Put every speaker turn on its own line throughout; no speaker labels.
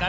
The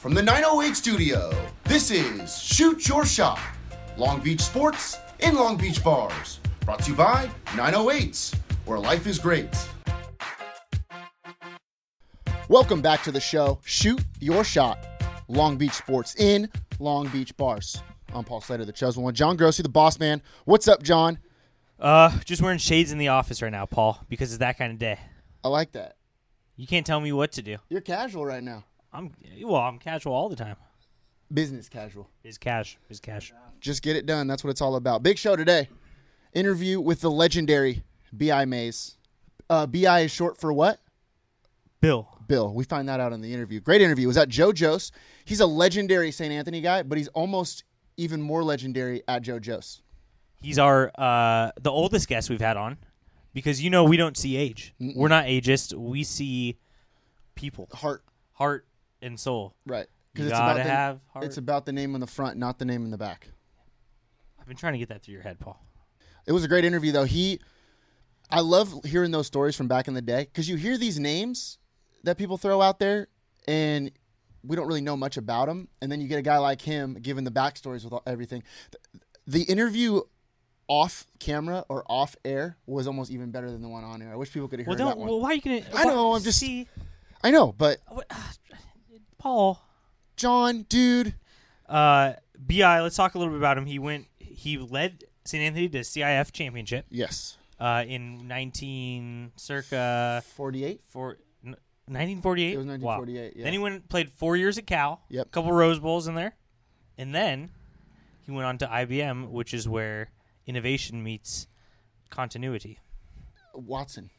from the 908 studio, this is Shoot Your Shot Long Beach Sports in Long Beach Bars. Brought to you by 908s, where life is great.
Welcome back to the show. Shoot your shot. Long Beach Sports in Long Beach Bars. I'm Paul Slater, the chosen one. John Grossi, the boss man. What's up, John?
Uh, just wearing shades in the office right now, Paul, because it's that kind of day.
I like that.
You can't tell me what to do.
You're casual right now.
I'm well. I'm casual all the time.
Business casual.
Is cash? Is cash?
Just get it done. That's what it's all about. Big show today. Interview with the legendary B.I. Mays. Uh, B.I. is short for what?
Bill.
Bill. We find that out in the interview. Great interview. It was at Joe Joe's. He's a legendary St. Anthony guy, but he's almost even more legendary at Joe Joe's.
He's our uh, the oldest guest we've had on, because you know we don't see age. We're not ageist. We see people,
Heart,
heart and soul.
right?
You
it's
gotta
about the,
have heart.
it's about the name on the front, not the name in the back.
I've been trying to get that through your head, Paul.
It was a great interview, though. He, I love hearing those stories from back in the day because you hear these names that people throw out there, and we don't really know much about them. And then you get a guy like him giving the backstories with all- everything. Th- The interview off camera or off air was almost even better than the one on air. I wish people could have
Well,
heard
don't.
that one.
Well, why are you gonna?
I
why-
know, I'm just-
see,
I know, but
Paul.
John, dude,
Uh, Bi, let's talk a little bit about him. He went. He led St. Anthony to CIF championship
yes,
uh, in 19 circa
forty-eight.
for. n- 1948.
It was
Wow.
1948, yeah.
Then he went and played four years at Cal.
Yep.
A couple Rose Bowls in there, and then he went on to IBM, which is where innovation meets continuity.
Watson,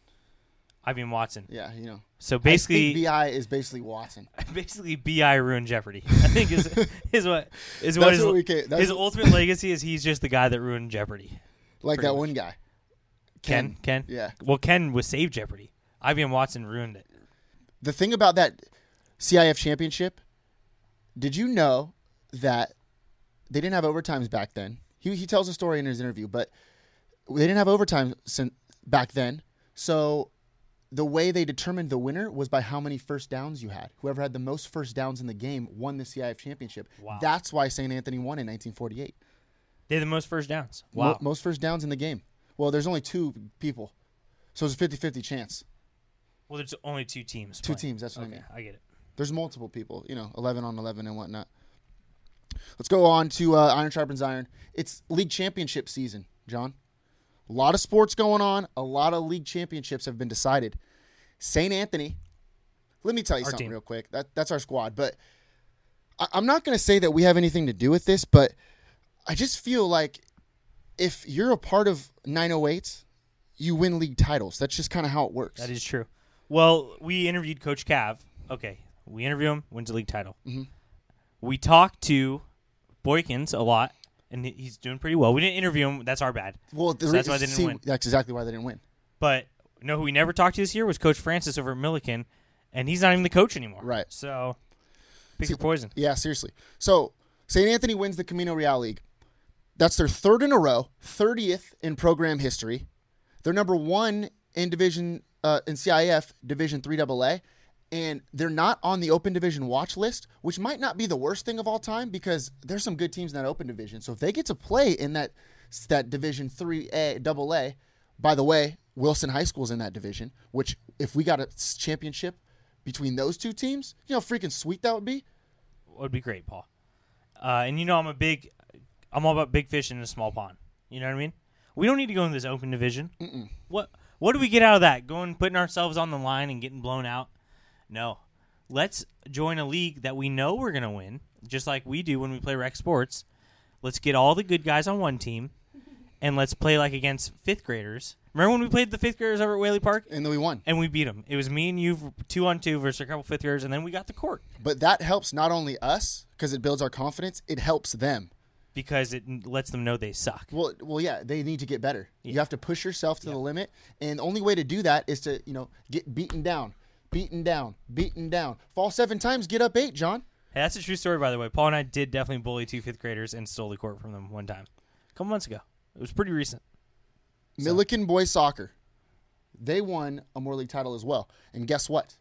IBM Watson.
yeah, you know,
So
I think
basically,
Bi is basically Watson.
basically bi ruined jeopardy i think is is what is what
That's
his,
what we ca- that's
his
what-
ultimate legacy is he's just the guy that ruined jeopardy
like
Pretty
that
much.
one guy.
ken ken
Yeah.
well ken was save jeopardy ibm watson ruined it
The thing about that CIF championship, did you know that they didn't have overtimes back then? He he tells a story in his interview, but they didn't have overtime sin- back then. So the way they determined the winner was by how many first downs you had. Whoever had the most first downs in the game won the CIF championship.
Wow.
That's why St. Anthony won in 1948.
they had the most first downs
Mo-
wow
most first downs in the game. Well, there's only two people. So it's a 50-50 chance.
well there's only two teams
Two
playing.
teams, that's what I
okay
mean.
i get it
there's multiple people, you know, 11 on 11 and whatnot. Let's go on to uh, Iron Sharpens Iron. It's league championship season, John. A lot of sports going on. A lot of league championships have been decided. St. Anthony, let me tell you
Our
something
team.
real quick. That, that's our squad. But I, I'm not going to say that we have anything to do with this, but I just feel like if you're a part of 908, you win league titles. That's just kind of how it works.
that is true well we interviewed coach cav okay we interview him wins the league title
Mm-hmm.
we talked to boykins a lot and he- he's doing pretty well we didn't interview him that's our bad
well, the
So that's
re-
why they didn't
see,
win.
That's exactly why they didn't win.
But you know who we never talked to this year was Coach Francis over at Milliken, and he's not even the coach anymore.
Right.
So pick your poison.
Yeah, seriously. So St. Anthony wins the Camino Real League. That's their third in a row, thirtieth in program history. They're number one in Division uh, in CIF Division Three AA, and they're not on the Open Division watch list, which might not be the worst thing of all time because there's some good teams in that Open Division. So if they get to play in that that Division Three A AA, by the way, Wilson High School's in that division. Which if we got a s- championship between those two teams, you know, how freaking sweet that would be.
Would be great, Paul. Uh, and you know I'm a big, I'm all about big fish in a small pond. You know what I mean? We don't need to go in this open division. Mm-mm. What What do we get out of that? Going putting ourselves on the line and getting blown out? No. Let's join a league that we know we're gonna win, just like we do when we play rec sports. Let's get all the good guys on one team, and let's play like against fifth graders. Remember when we played the fifth graders over at Whaley Park
and then we won.
and we beat them? It was me and you two on two versus a couple fifth graders, and then we got the court
But that helps not only us because it builds our confidence. It helps them.
because it n- lets them know they suck.
Well, well, yeah, they need to get better. You have to push yourself to the limit, and the only way to do that is to you know get beaten down, beaten down, beaten down. Fall seven times, get up eight, John.
Hey, that's a true story, by the way. Paul and I did definitely bully two fifth graders and stole the court from them one time, a couple months ago. It was pretty recent.
Milliken boys soccer, they won a more league title as well. And guess what?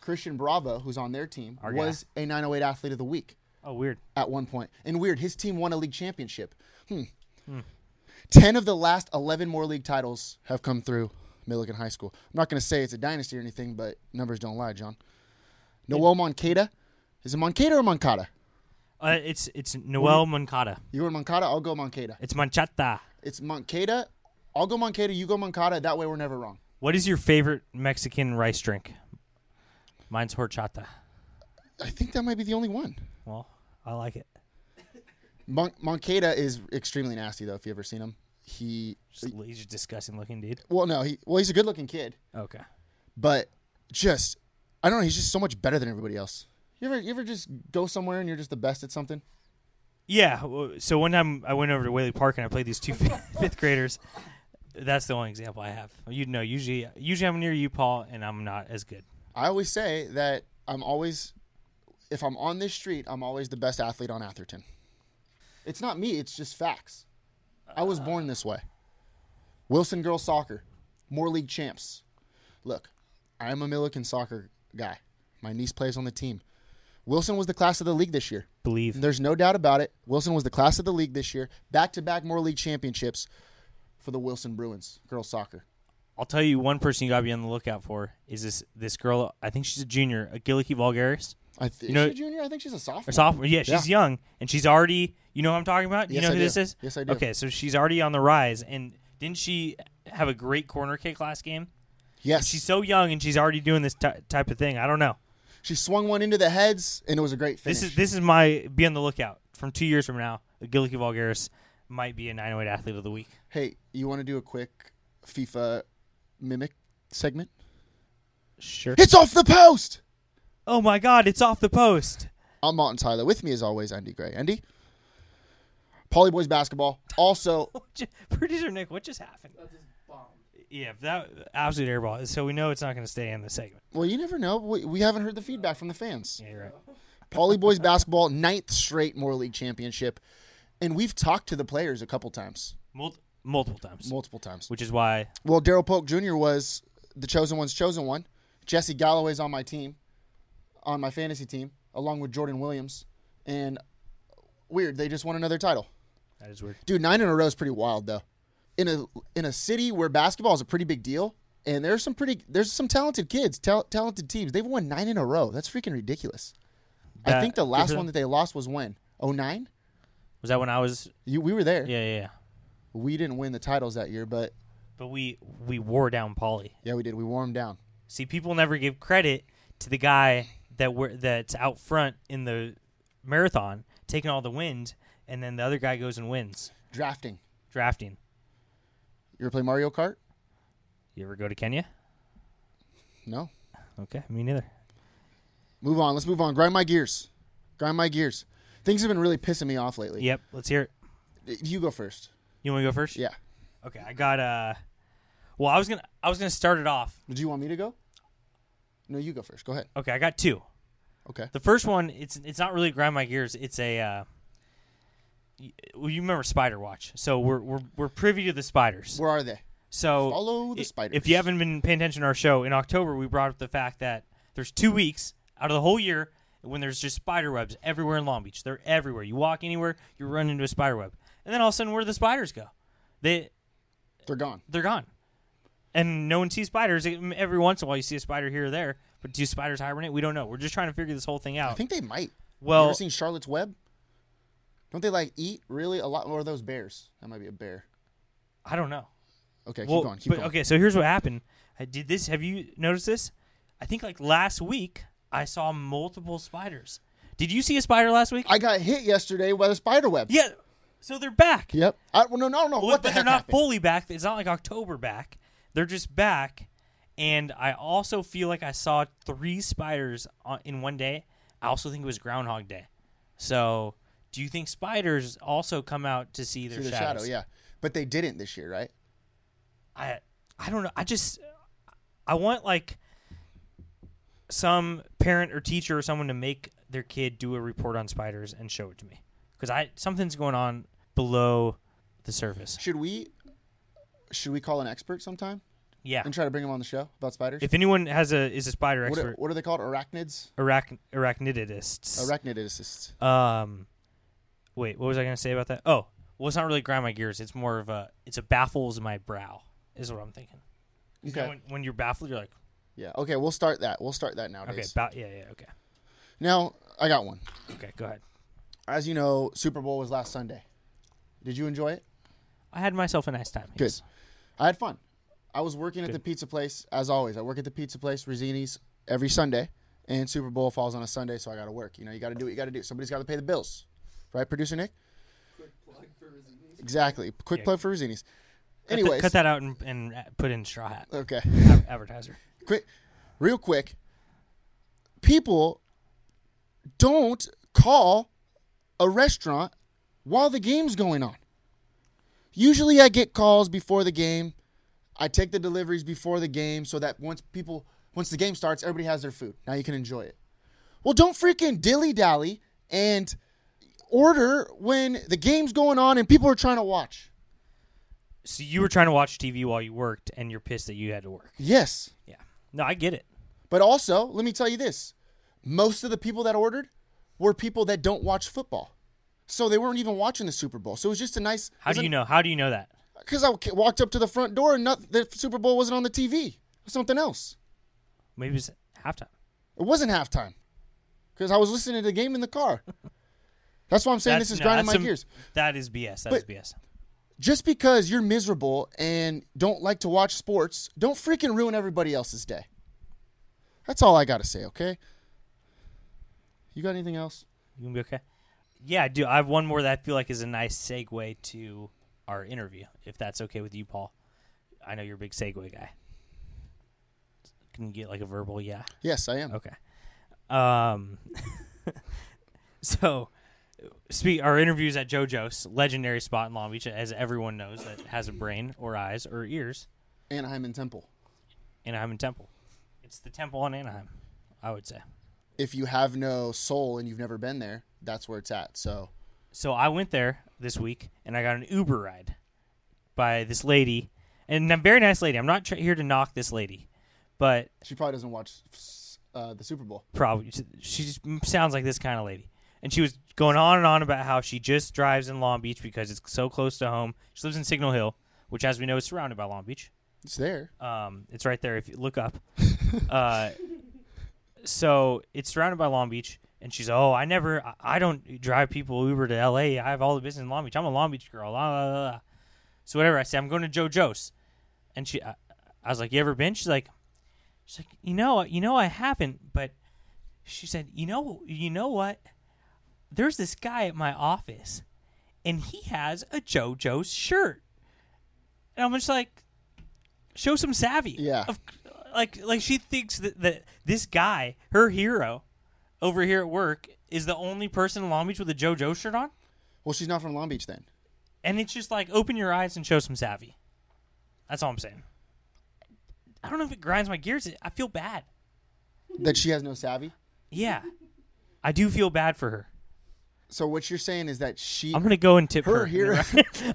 Christian Bravo, who's on their team,
Our guy.
was a 908 athlete of the week.
Oh, weird.
at one point. And weird, his team won a league championship. Hmm. Ten of the last eleven more league titles have come through Milligan High School. I'm not going to say it's a dynasty or anything, but numbers don't lie, John. Noel Moncada. Is it Moncada or Moncada?
Uh, it's it's Noel Moncada.
You were Moncada, I'll go Moncada.
It's Manchata.
It's Moncada, I'll go Moncada, you go Moncada. That way we're never wrong.
What is your favorite Mexican rice drink? Mine's horchata.
I think that might be the only one.
Well, I like it.
Mon- Moncada is extremely nasty, though, if you've ever seen him. He,
Just, he's just disgusting looking dude.
well, no, he, well, he's a good looking kid.
Okay.
but just I don't know. He's just so much better than everybody else. You ever you ever just go somewhere and you're just the best at something?
Yeah. w- So one time I went over to Whaley Park and I played these two fifth fifth graders. That's the only example I have. You know, usually usually I'm near you, Paul, and I'm not as good.
I always say that I'm always if I'm on this street, I'm always the best athlete on Atherton. It's not me. It's just facts. I was born this way. Wilson girls soccer, more league champs. Look, I am a Milliken soccer guy. My niece plays on the team. Wilson was the class of the league this year.
Believe.
There's no doubt about it. Wilson was the class of the league this year. Back to back more league championships for the Wilson Bruins girls soccer.
I'll tell you one person you gotta be on the lookout for is this this girl. I think she's a junior, a Gillicky Vulgaris.
I th-
know-
is she a junior? I think she's a sophomore.
or sophomore. Yeah, she's young and she's already. You know what I'm talking about? You
Yes,
know
I
who this
do.
is?
Yes, I do.
Okay, so she's already on the rise, and didn't she have a great corner kick last game?
Yes,
She's
she's
so young and she's already doing this ty type of thing. I don't know.
she swung one into the heads, and it was a great finish.
This is this is my be on the lookout from two years from now. Gillicky Vulgaris might be a 908 athlete of the week.
hey, you want to do a quick FIFA mimic segment?
Sure.
It's off the post.
Oh my God! It's off the post.
I'm Martin Tyler. With me, as always, Andy Gray. Andy, Polly Boys basketball. Also,
J- Producer Nick, what just happened? That just bombed. Yeah, that absolute airball. So we know it's not going to stay in the segment.
well, you never know. We, we haven't heard the feedback from the fans.
Yeah, you're right.
Pauley boys basketball, ninth straight more league championship, and we've talked to the players a couple times,
Mul- multiple times,
multiple times.
which is why
Well, Daryl Polk Jr. was the chosen one's chosen one. Jesse Galloway's on my team, on my fantasy team, along with Jordan Williams, and weird, they just won another title.
that is weird.
Dude, nine in a row is pretty wild though. In a in a city where basketball is a pretty big deal, and there's some pretty there's some talented kids, tal- talented teams. They've won nine in a row. That's freaking ridiculous. I
That-
think the
good
last
for
one
them.
that they lost was when oh nine.
Was that when I was?
You, we were there.
Yeah, yeah. yeah.
We didn't win the titles that year, but
But we we wore down Pauly.
yeah, we did. We wore them down.
See, people never give credit to the guy that we that's out front in the marathon taking all the wins, and then the other guy goes and wins
Drafting.
drafting.
You ever play Mario Kart?
You ever go to Kenya?
No.
Okay, me neither.
Move on. Let's move on. Grind my gears. Grind my gears. Things have been really pissing me off lately.
Yep, let's hear it.
You go first.
You want to go first?
Yeah.
Okay, I got uh. Well, I was gonna I was gonna start it off.
Do you want me to go? No, you go first. Go ahead.
Okay, I got two.
Okay.
The first one, it's it's not really grind my gears. It's a uh, y- well, you remember Spider Watch, so we're we're we're privy to the spiders.
Where are they?
So
Follow the
i-
spiders.
If you haven't been paying attention to our show, in October we brought up the fact that there's two weeks out of the whole year when there's just spider webs everywhere in Long Beach. They're everywhere. You walk anywhere, you run into a spider web, and then all of a sudden, where do the spiders go? They
They're gone.
they're gone, and no one sees spiders. Every once in a while, you see a spider here or there, but do spiders hibernate? We don't know. We're just trying to figure this whole thing out.
I think they might. you
well,
ever seen Charlotte's Web? Don't they like eat really a lot? Or are those bears? That might be a bear.
I don't know.
Okay,
Well,
keep going. Keep
but
going.
okay, so here's what happened. I did this. Have you noticed this? I think like last week I saw multiple spiders. Did you see a spider last week?
I got hit yesterday by a spider web.
yeah. So they're back.
Yep. I, well, no, no, no.
Well,
what the
but
heck
they're not
happened?
fully back. It's not like October back. They're just back. And I also feel like I saw three spiders on, in one day. I also think it was Groundhog Day. So, do you think spiders also come out to see their
Through the shadow,
shadows?
yeah. But they didn't this year, right?
I I don't know. I just I want like some parent or teacher or someone to make their kid do a report on spiders and show it to me because I something's going on below the surface.
Should we should we call an expert sometime
Yeah.
and try to bring him on the show about spiders?
If anyone has a is a spider
what, are,
expert,
what are they called? Arachnids?
arach- arachnidists.
Arachnidicists.
um, wait, what was I gonna say about that? Oh, well, it's not really grind my gears. It's more of a it's a baffles my brow is what I'm thinking. You know,
Okay.
When, when you're baffled, you're like,
Yeah. Okay, we'll start that. We'll start that
okay,
nowadays.
ba- yeah, yeah, okay,
now, I got one.
okay, go ahead.
As you know, Super Bowl was last Sunday. Did you enjoy it?
I had myself a nice time.
Good.
yes.
I had fun. I was working at the pizza place as always. I work at the pizza place, Rosini's, every Sunday, and Super Bowl falls on a Sunday, so I got to work. You know, you got to do what you got to do. Somebody's got to pay the bills, right, producer Nick? Quick plug for Rosini's. Exactly. Quick plug for Rosini's.
Cut the-
Anyways, Uh.
cut that out and, and put in straw hat
okay.
Ad- advertiser.
quick, real quick. People don't call a restaurant while the game's going on. Usually, I get calls before the game. I take the deliveries before the game so that once people, once the game starts, everybody has their food. Now you can enjoy it. Well, don't freaking dilly dally and order when the game's going on and people are trying to watch.
So you were trying to watch TV while you worked, and you're pissed that you had to work.
Yes.
Yeah. No, I get it.
But also, let me tell you this most of the people that ordered were people that don't watch football. So they weren't even watching the Super Bowl. So it was just a nice.
How do you know? How do you know that?
Because I ca- walked up to the front door and not, the Super Bowl wasn't on the TV. It was something else.
Maybe it's halftime.
It wasn't halftime. Because I was listening to the game in the car. That's why I'm saying
That's-
this is
no,
grinding my
that's some-
gears.
That is BS. That
But-
is BS.
Just because you're miserable and don't like to watch sports, don't freaking ruin everybody else's day. That's all I got to say, okay? You got anything else?
You gonna be okay? Yeah, I do. I have one more that I feel like is a nice segue to our interview, if that's okay with you, Paul. I know you're a big segue guy. Can you get like a verbal yeah?
Yes, I am.
Okay. Um. so, speak our interviews at JoJo's legendary spot in Long Beach, as everyone knows that has a brain or eyes or ears.
Anaheim and Temple.
Anaheim and Temple. It's the Temple on Anaheim, I would say.
If you have no soul and you've never been there, that's where it's at. So
So I went there this week and I got an Uber ride by this lady, and a very nice lady. I'm not tr- here to knock this lady, but
she probably doesn't watch uh, the Super Bowl.
probably she just sounds like this kind of lady. And she was going on and on about how she just drives in Long Beach because it's so close to home. She lives in Signal Hill, which, as we know, is surrounded by Long Beach.
It's there.
Um, it's right there if you look up. uh, so it's surrounded by Long Beach, and she's oh, I never, I- I don't drive people Uber to L.A. I have all the business in Long Beach. I'm a Long Beach girl. La, la, la, la. So whatever I say, I'm going to Joe Joe's, and she, I, I was like, you ever been? She's like, she's like, you know, you know, I haven't, but she said, you know, you know what? There's this guy at my office, and he has a JoJo's shirt, and I'm just like, show some savvy.
Yeah.
Of- like like she thinks that, that this guy, her hero, over here at work, is the only person in Long Beach with a JoJo shirt on,
Well, she's not from Long Beach then.
and it's just like open your eyes and show some savvy. That's all I'm saying. I don't know if it grinds my gears. I feel bad.
That she has no savvy.
Yeah, I do feel bad for her.
So what you're saying is that she.
I'm gonna go and tip her,
Her hero.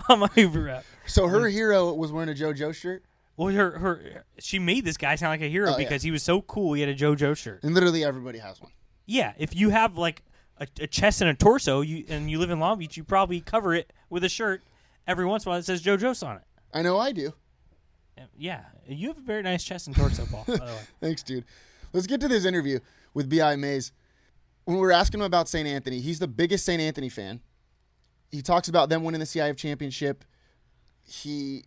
on my Uber app.
so her hero was wearing a JoJo shirt,
Well, her her she made this guy sound like a hero
Oh, yeah.
because he was so cool. He had a JoJo shirt.
and literally everybody has one.
Yeah, if you have like a, a chest and a torso, you and you live in Long Beach, you probably cover it with a shirt every once in a while that says JoJo's on it.
I know I do.
Uh, Yeah, you have a very nice chest and torso, Paul. By the way.
Thanks, dude. Let's get to this interview with Bi Mays. When we were asking him about St. Anthony, he's the biggest St. Anthony fan. He talks about them winning the CIF championship. He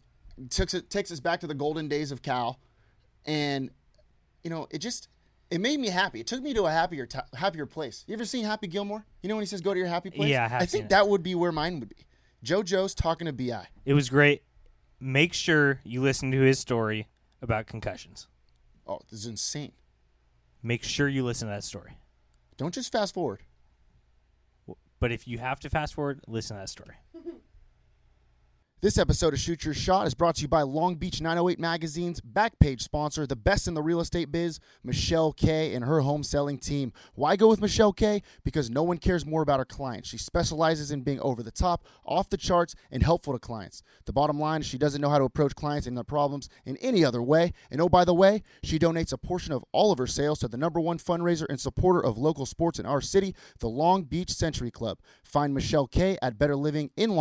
takes it takes us back to the golden days of Cal, and you know it just it made me happy. It took me to a happier t- happier place. You ever seen Happy Gilmore? You know when he says go to your happy place.
Yeah, I have
I
seen
think
it.
that would be where mine would be. JoJo's talking to Bi.
It was great. Make sure you listen to his story about concussions.
Oh, this is insane.
Make sure you listen to that story.
Don't just fast forward.
But if you have to fast forward, listen to that story.
This episode of Shoot Your Shot is brought to you by Long Beach 908 Magazine's backpage sponsor, the best in the real estate biz, Michelle K and her home selling team. Why go with Michelle K? Because no one cares more about her clients. She specializes in being over the top, off the charts, and helpful to clients. The bottom line is she doesn't know how to approach clients and their problems in any other way. And oh, by the way, she donates a portion of all of her sales to the number one fundraiser and supporter of local sports in our city, the Long Beach Century Club. Find Michelle K at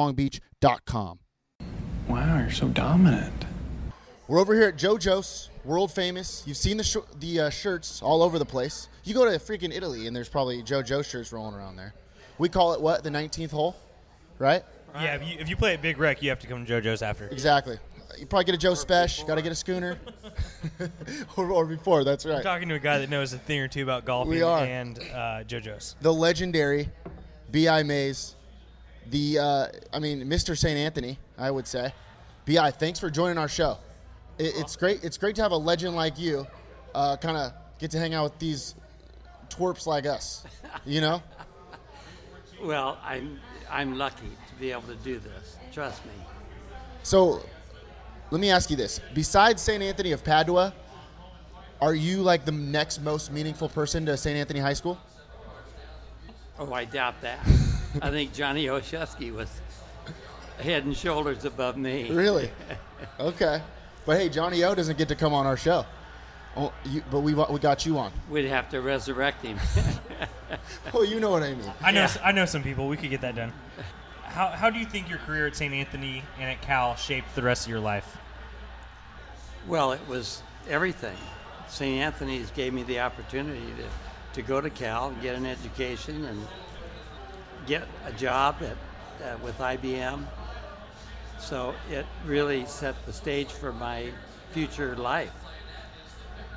betterlivinginlongbeach.com.
Wow, you're so dominant.
We're over here at JoJo's, world famous. You've seen the sh- the uh, shirts all over the place. You go to freaking Italy, and there's probably JoJo shirts rolling around there. We call it what? The 19th hole, right?
Yeah, if you, if you play at Big Wreck, you have to come to JoJo's after.
Exactly. You probably get a Joe Spesh. Got to get a schooner, or, or before. That's right.
Talking to a guy that knows a thing or two about golfing
We are.
and uh, JoJo's.
The legendary Bi Mays, the uh, I mean Mr. St. Anthony, I would say. Bi, thanks for joining our show. It, it's great. It's great to have a legend like you, uh, kind of get to hang out with these twerps like us. You know.
Well, I'm I'm lucky to be able to do this. Trust me.
So, let me ask you this: Besides St. Anthony of Padua, are you like the next most meaningful person to St. Anthony High School?
Oh, I doubt that. I think Johnny Oshesky was head and shoulders above me.
Really? okay. But hey, Johnny O doesn't get to come on our show. Oh, you, but we we got you on.
We'd have to resurrect him.
Oh, you know what I mean.
I know I know some people. We could get that done. How, how do you think your career at St. Anthony and at Cal shaped the rest of your life?
well, it was everything. St. Anthony's gave me the opportunity to, to go to Cal and get an education and get a job at, uh, with IBM. So it really set the stage for my future life.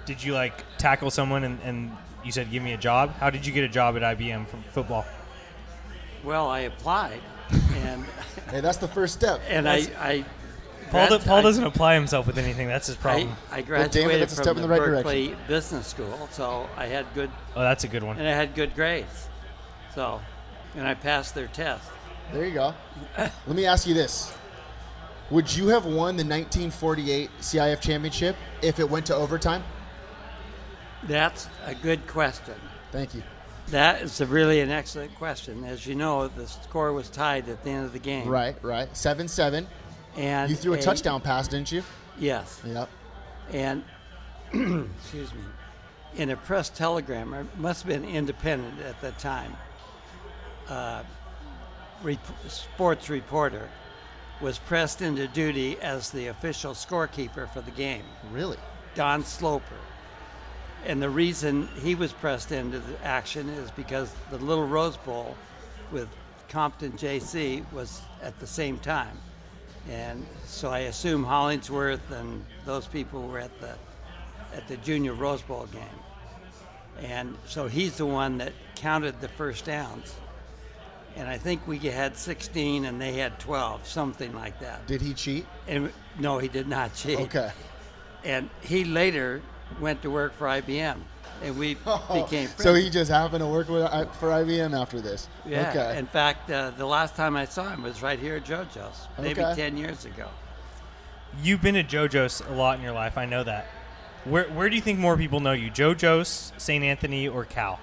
Did you like tackle someone and, and you said, "Give me a job"? How did you get a job at IBM from football?
Well, I applied and
Hey, that's the first step.
and I, I
Paul,
grad-
Paul
I-
doesn't apply himself with anything. That's his problem.
I, I
Well, damn it,
graduated
that's a
from
step in
the,
the right
Berkeley Business School, so I had good
oh, that's a good one.
and I had good grades. So, and I passed their test.
There you go. Let me ask you this: Would you have won the 1948 CIF championship if it went to overtime?
That's a good question.
Thank you.
That is a really an excellent question. As you know, the score was tied at the end of the game.
Right, right. Seven seven.
And
You threw a touchdown pass, didn't you?
Yes.
Yep.
And excuse me, in a press telegram, or it must have been independent at that time. Uh, rep- sports reporter was pressed into duty as the official scorekeeper for the game,
Really?
Don Sloper. And the reason he was pressed into the action is because the Little Rose Bowl with Compton JC was at the same time. And so I assume Hollingsworth and those people were at the at the junior Rose Bowl game. And so he's the one that counted the first downs. And I think we had 16 and they had 12, something like that.
Did he cheat?
And no, he did not cheat
Okay.
and he later went to work for IBM, and we became friends.
Oh, So he just happened to work with I- for IBM after this.
yeah.
Okay.
In fact, uh, the last time I saw him was right here at JoJo's, maybe
Okay.
ten years ago.
You've been at JoJo's a lot in your life. I know that. Where, where do you think more people know you? JoJo's, St. Anthony, or Cal?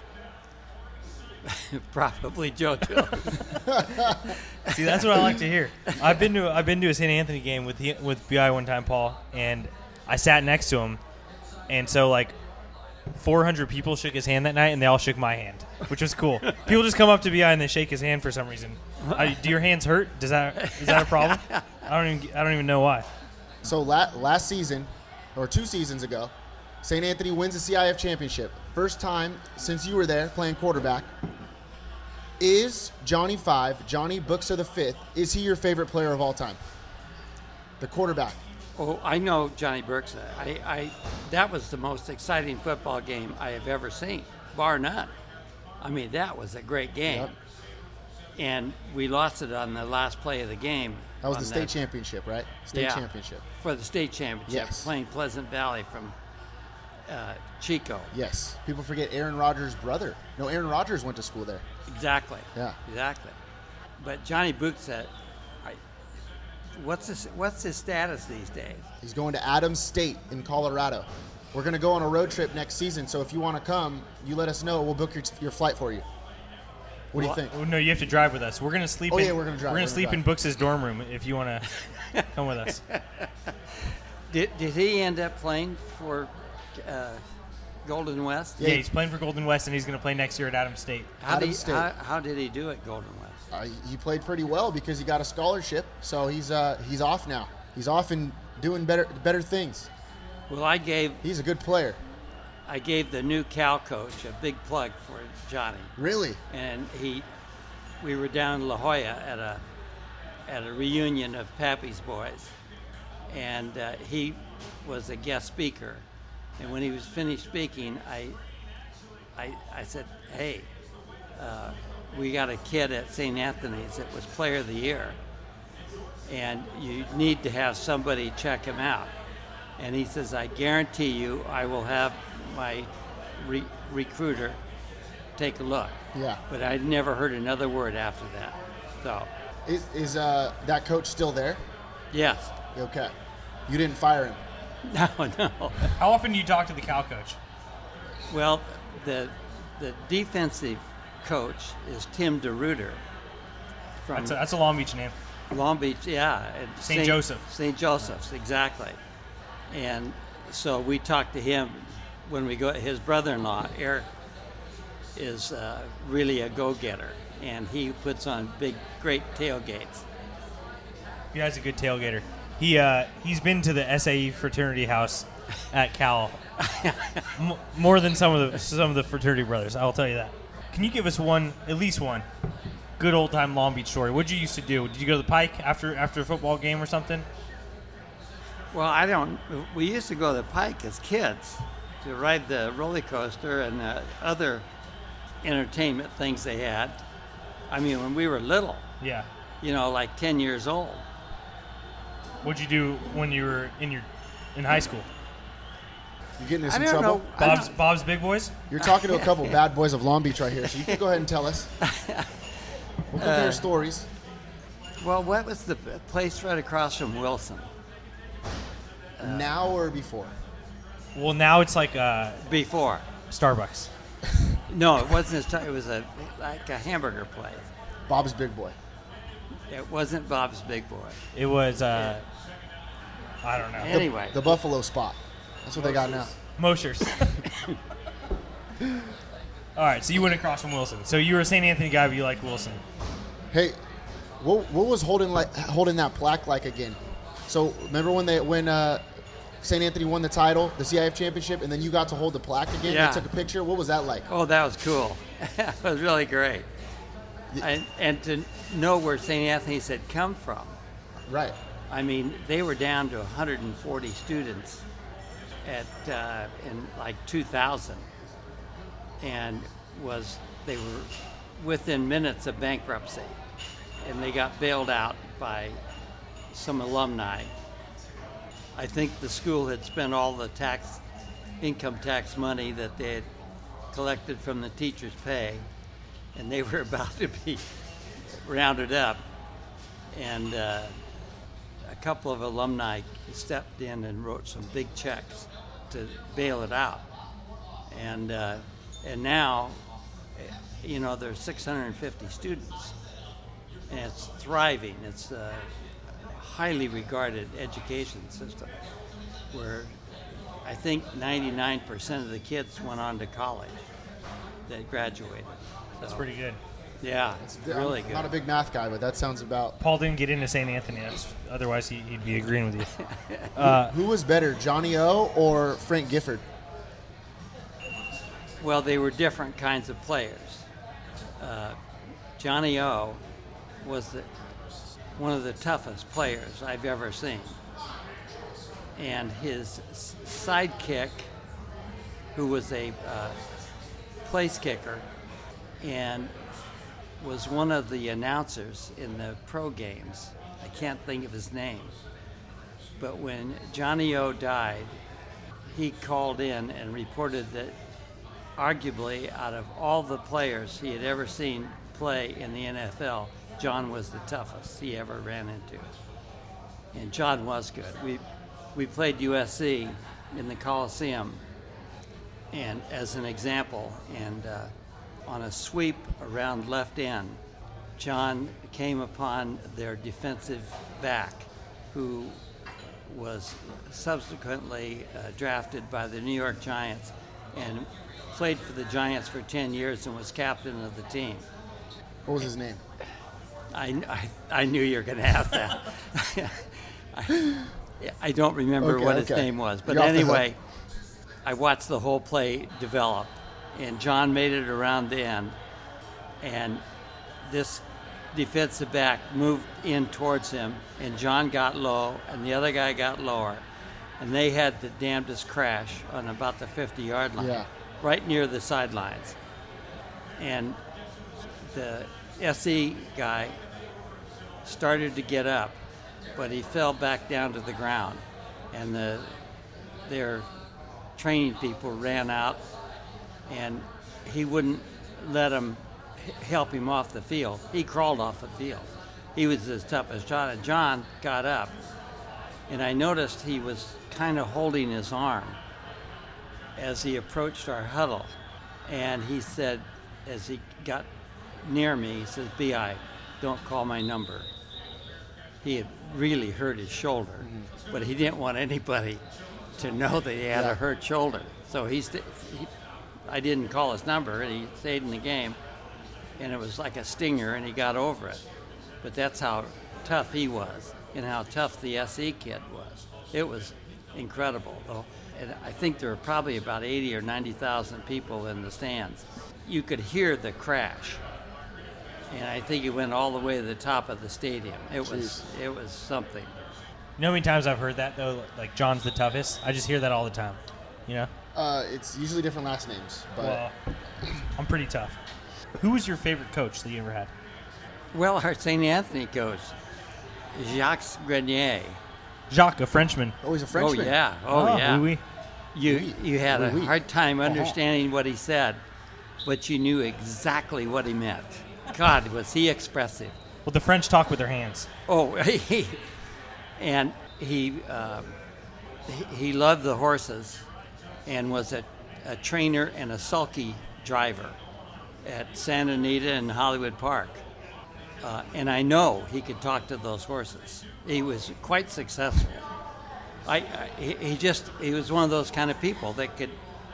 Probably JoJo's.
See, that's what I like to hear. I've been to I've been to a St. Anthony game with the, with Bi one time, Paul, and I sat next to him, and so like 400 people shook his hand that night, and they all shook my hand, which was cool. people just come up to Bi and they shake his hand for some reason. I, do your hands hurt? Does that is that a problem? I don't even I don't even know why.
So la- last season, or two seasons ago, St. Anthony wins the CIF championship. First time since you were there playing quarterback. Is Johnny Five, Johnny Books of the Fifth, is he your favorite player of all time? The quarterback.
oh, I know Johnny Burks. I, I that was the most exciting football game I have ever seen, bar none. I mean, that was a great game. and we lost it on the last play of the game.
That was
on
the state championship, right? State
Yeah.
championship.
for the state championship,
Yes.
playing Pleasant Valley from uh, Chico.
Yes. People forget Aaron Rodgers' brother. No, Aaron Rodgers went to school there.
Exactly.
Yeah.
Exactly. But Johnny Book said, I, "What's his What's his status these days?"
He's going to Adams State in Colorado. We're going to go on a road trip next season, so if you want to come, you let us know. We'll book your, your flight for you. What do you think?
Oh, no, you have to drive with us. We're gonna sleep.
Oh,
in,
yeah, we're gonna drive,
We're gonna
we're gonna
sleep in
drive.
Brooks's dorm room if you wanna come with us.
Did Did he end up playing for uh, Golden West?
Yeah, he's playing for Golden West, and he's gonna play next year at Adams State.
How, did
Adam
he,
State.
how, how did he do at Golden West?
Uh, he played pretty well because he got a scholarship, so he's uh, he's off now. He's off and doing better better things.
Well, I gave
He's a good player.
I gave the new Cal coach a big plug for Johnny,
Really?
and he we were down in La Jolla at a at a reunion of Pappy's Boys, and uh, he was a guest speaker. And when he was finished speaking, I I, I said, "Hey, uh, we got a kid at St. Anthony's that was Player of the Year, and you need to have somebody check him out." And he says, "I guarantee you, I will have my re- recruiter take a look."
Yeah.
But I never heard another word after that. So,
Is, is uh, that coach still there?
yes,
Okay. You didn't fire him.
no, no.
How often do you talk to the Cal coach?
Well, the the defensive coach is Tim DeRuiter from
That's a, that's a Long Beach name.
Long Beach, yeah. and
St. Joseph.
St. Joseph's, exactly. And so we talked to him when we go. His brother-in-law Eric is uh, really a go-getter, and he puts on big, great tailgates.
He has a good tailgater. He uh, he's been to the SAE fraternity house at Cal M- more than some of the some of the fraternity brothers. I'll tell you that. Can you give us one, at least one, good old time Long Beach story? What'd you used to do? Did you go to the Pike after after a football game or something?
Well, I don't. We used to go to the Pike as kids to ride the roller coaster and uh, other entertainment things they had. I mean, when we were little,
Yeah.
you know, like 10 years old.
What'd you do when you were in your in high school?
You getting us
I
in
don't
trouble?
know. I
Bob's
don't-
Bob's Big Boys.
You're talking to a couple bad boys of Long Beach right here, so you can go ahead and tell us. We'll compare
Uh,
stories.
well, what was the p- place right across from Wilson? uh.
now or before?
Well, now it's like uh,
Before.
Starbucks.
No, it wasn't. A, it was a like a hamburger place.
Bob's Big Boy.
It wasn't Bob's Big Boy.
It was uh, I don't know.
Anyway,
The Buffalo Spot. That's what they got now.
Moshers. All right, so you went across from Wilson. So you were a St. Anthony guy, but you liked Wilson.
Hey, what, what was holding like holding that plaque like again? So remember when they when uh, St. Anthony won the title, the CIF championship, and then you got to hold the plaque again?
Yeah.
They took a picture. What was that like?
Oh, that was cool. that was really great. And, and to know where St. Anthony's had come from.
Right.
I mean, they were down to 140 students at uh, in like 2000, and was they were within minutes of bankruptcy, and they got bailed out by some alumni. I think the school had spent all the tax, income tax money that they had collected from the teachers' pay, and they were about to be rounded up, and. Uh, a couple of alumni stepped in and wrote some big checks to bail it out. And uh, and now, eh, you know, there's 650 students, and it's thriving. It's a highly regarded education system where I think 99% of the kids went on to college that graduated.
That's pretty good.
Yeah, it's really
I'm
good.
Not a big math guy, but that sounds about.
Paul didn't get into St. Anthony. That's, otherwise, he, he'd be agreeing with you. Uh,
Who was better, Johnny O or Frank Gifford?
Well, they were different kinds of players. Uh, Johnny O was the, one of the toughest players I've ever seen. And his s- sidekick, who was a uh, place kicker, and was one of the announcers in the pro games. I can't think of his name. But when Johnny O died, he called in and reported that arguably out of all the players he had ever seen play in the NFL, John was the toughest he ever ran into. And John was good. We we played USC in the Coliseum, and as an example, and uh, on a sweep around left end, John came upon their defensive back, who was subsequently uh, drafted by the New York Giants and played for the Giants for 10 years and was captain of the team.
What was his name?
I, I, I knew you were going to ask that. I, I don't remember
Okay,
what his
okay.
name was, but
You're off the
anyway, I watched the whole play develop, and John made it around the end, and this defensive back moved in towards him, and John got low, and the other guy got lower, and they had the damnedest crash on about the 50 yard line,
Yeah.
right near the sidelines. And the SE guy started to get up, but he fell back down to the ground, and the their training people ran out, and he wouldn't let them help him off the field. He crawled off the field. He was as tough as John. And John got up, and I noticed he was kind of holding his arm as he approached our huddle, and he said, as he got near me, he says, "Bi, don't call my number." He had really hurt his shoulder, but he didn't want anybody to know that he had
Yeah.
a hurt shoulder. So he, st- he, I didn't call his number, and he stayed in the game, and it was like a stinger, and he got over it. But that's how tough he was, and how tough the SE kid was. It was incredible, though. And I think there were probably about 80 or 90,000 people in the stands. You could hear the crash and I think it went all the way to the top of the stadium. It was it was something.
You know how many times I've heard that though? Like John's the toughest. I just hear that all the time. You know,
Uh, it's usually different last names, but
well, I'm pretty tough. Who was your favorite coach that you ever had?
Well, our St. Anthony coach, Jacques Grenier.
Jacques, a Frenchman.
always a Frenchman.
Oh yeah, oh, yeah.
Ah, oui, oui.
You you had a
Oui, oui.
hard time
Uh-huh.
understanding what he said, but you knew exactly what he meant. God, was he expressive?
Well, the French talk with their hands.
Oh, he, and he, um, he he loved the horses, and was a, a trainer and a sulky driver at Santa Anita and Hollywood Park. Uh, and I know he could talk to those horses. He was quite successful. I, I he he just he was one of those kind of people that could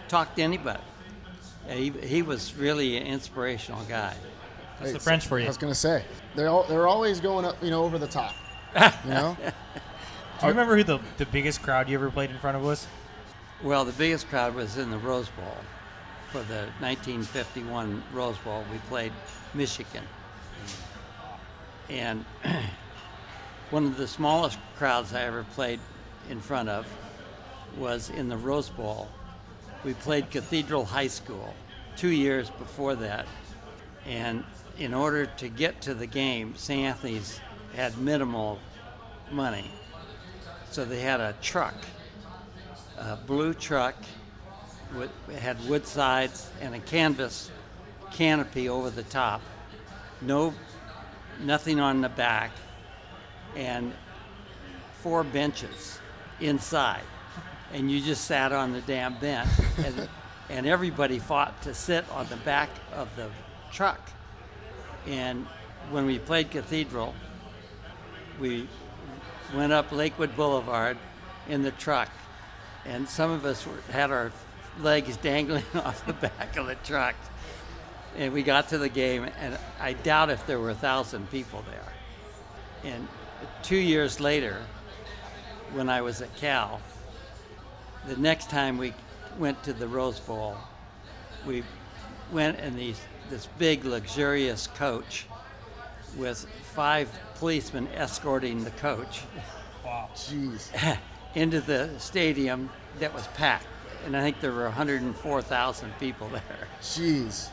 talk to anybody. He, he was really an inspirational guy.
That's the
It's-
French for
I
you.
was gonna say they're all, they're always going up, you know, over the top. You know,
Do you remember who the, the biggest crowd you ever played in front of was?
Well, the biggest crowd was in the Rose Bowl for the 1951 Rose Bowl. We played Michigan. And one of the smallest crowds I ever played in front of was in the Rose Bowl. We played Cathedral High School two years before that. And in order to get to the game, St. Anthony's had minimal money. So they had a truck a blue truck with it had wood sides and a canvas canopy over the top no nothing on the back and four benches inside and you just sat on the damn bench and, and everybody fought to sit on the back of the truck and when we played cathedral we went up Lakewood Boulevard in the truck, and some of us were, had our legs dangling off the back of the truck. And we got to the game, and I doubt if there were a thousand people there. And two years later, when I was at Cal, the next time we went to the Rose Bowl, we went in these, this big, luxurious coach with five policemen escorting the coach
jeez,
into the stadium that was packed. And I think there were 104,000 people there.
jeez.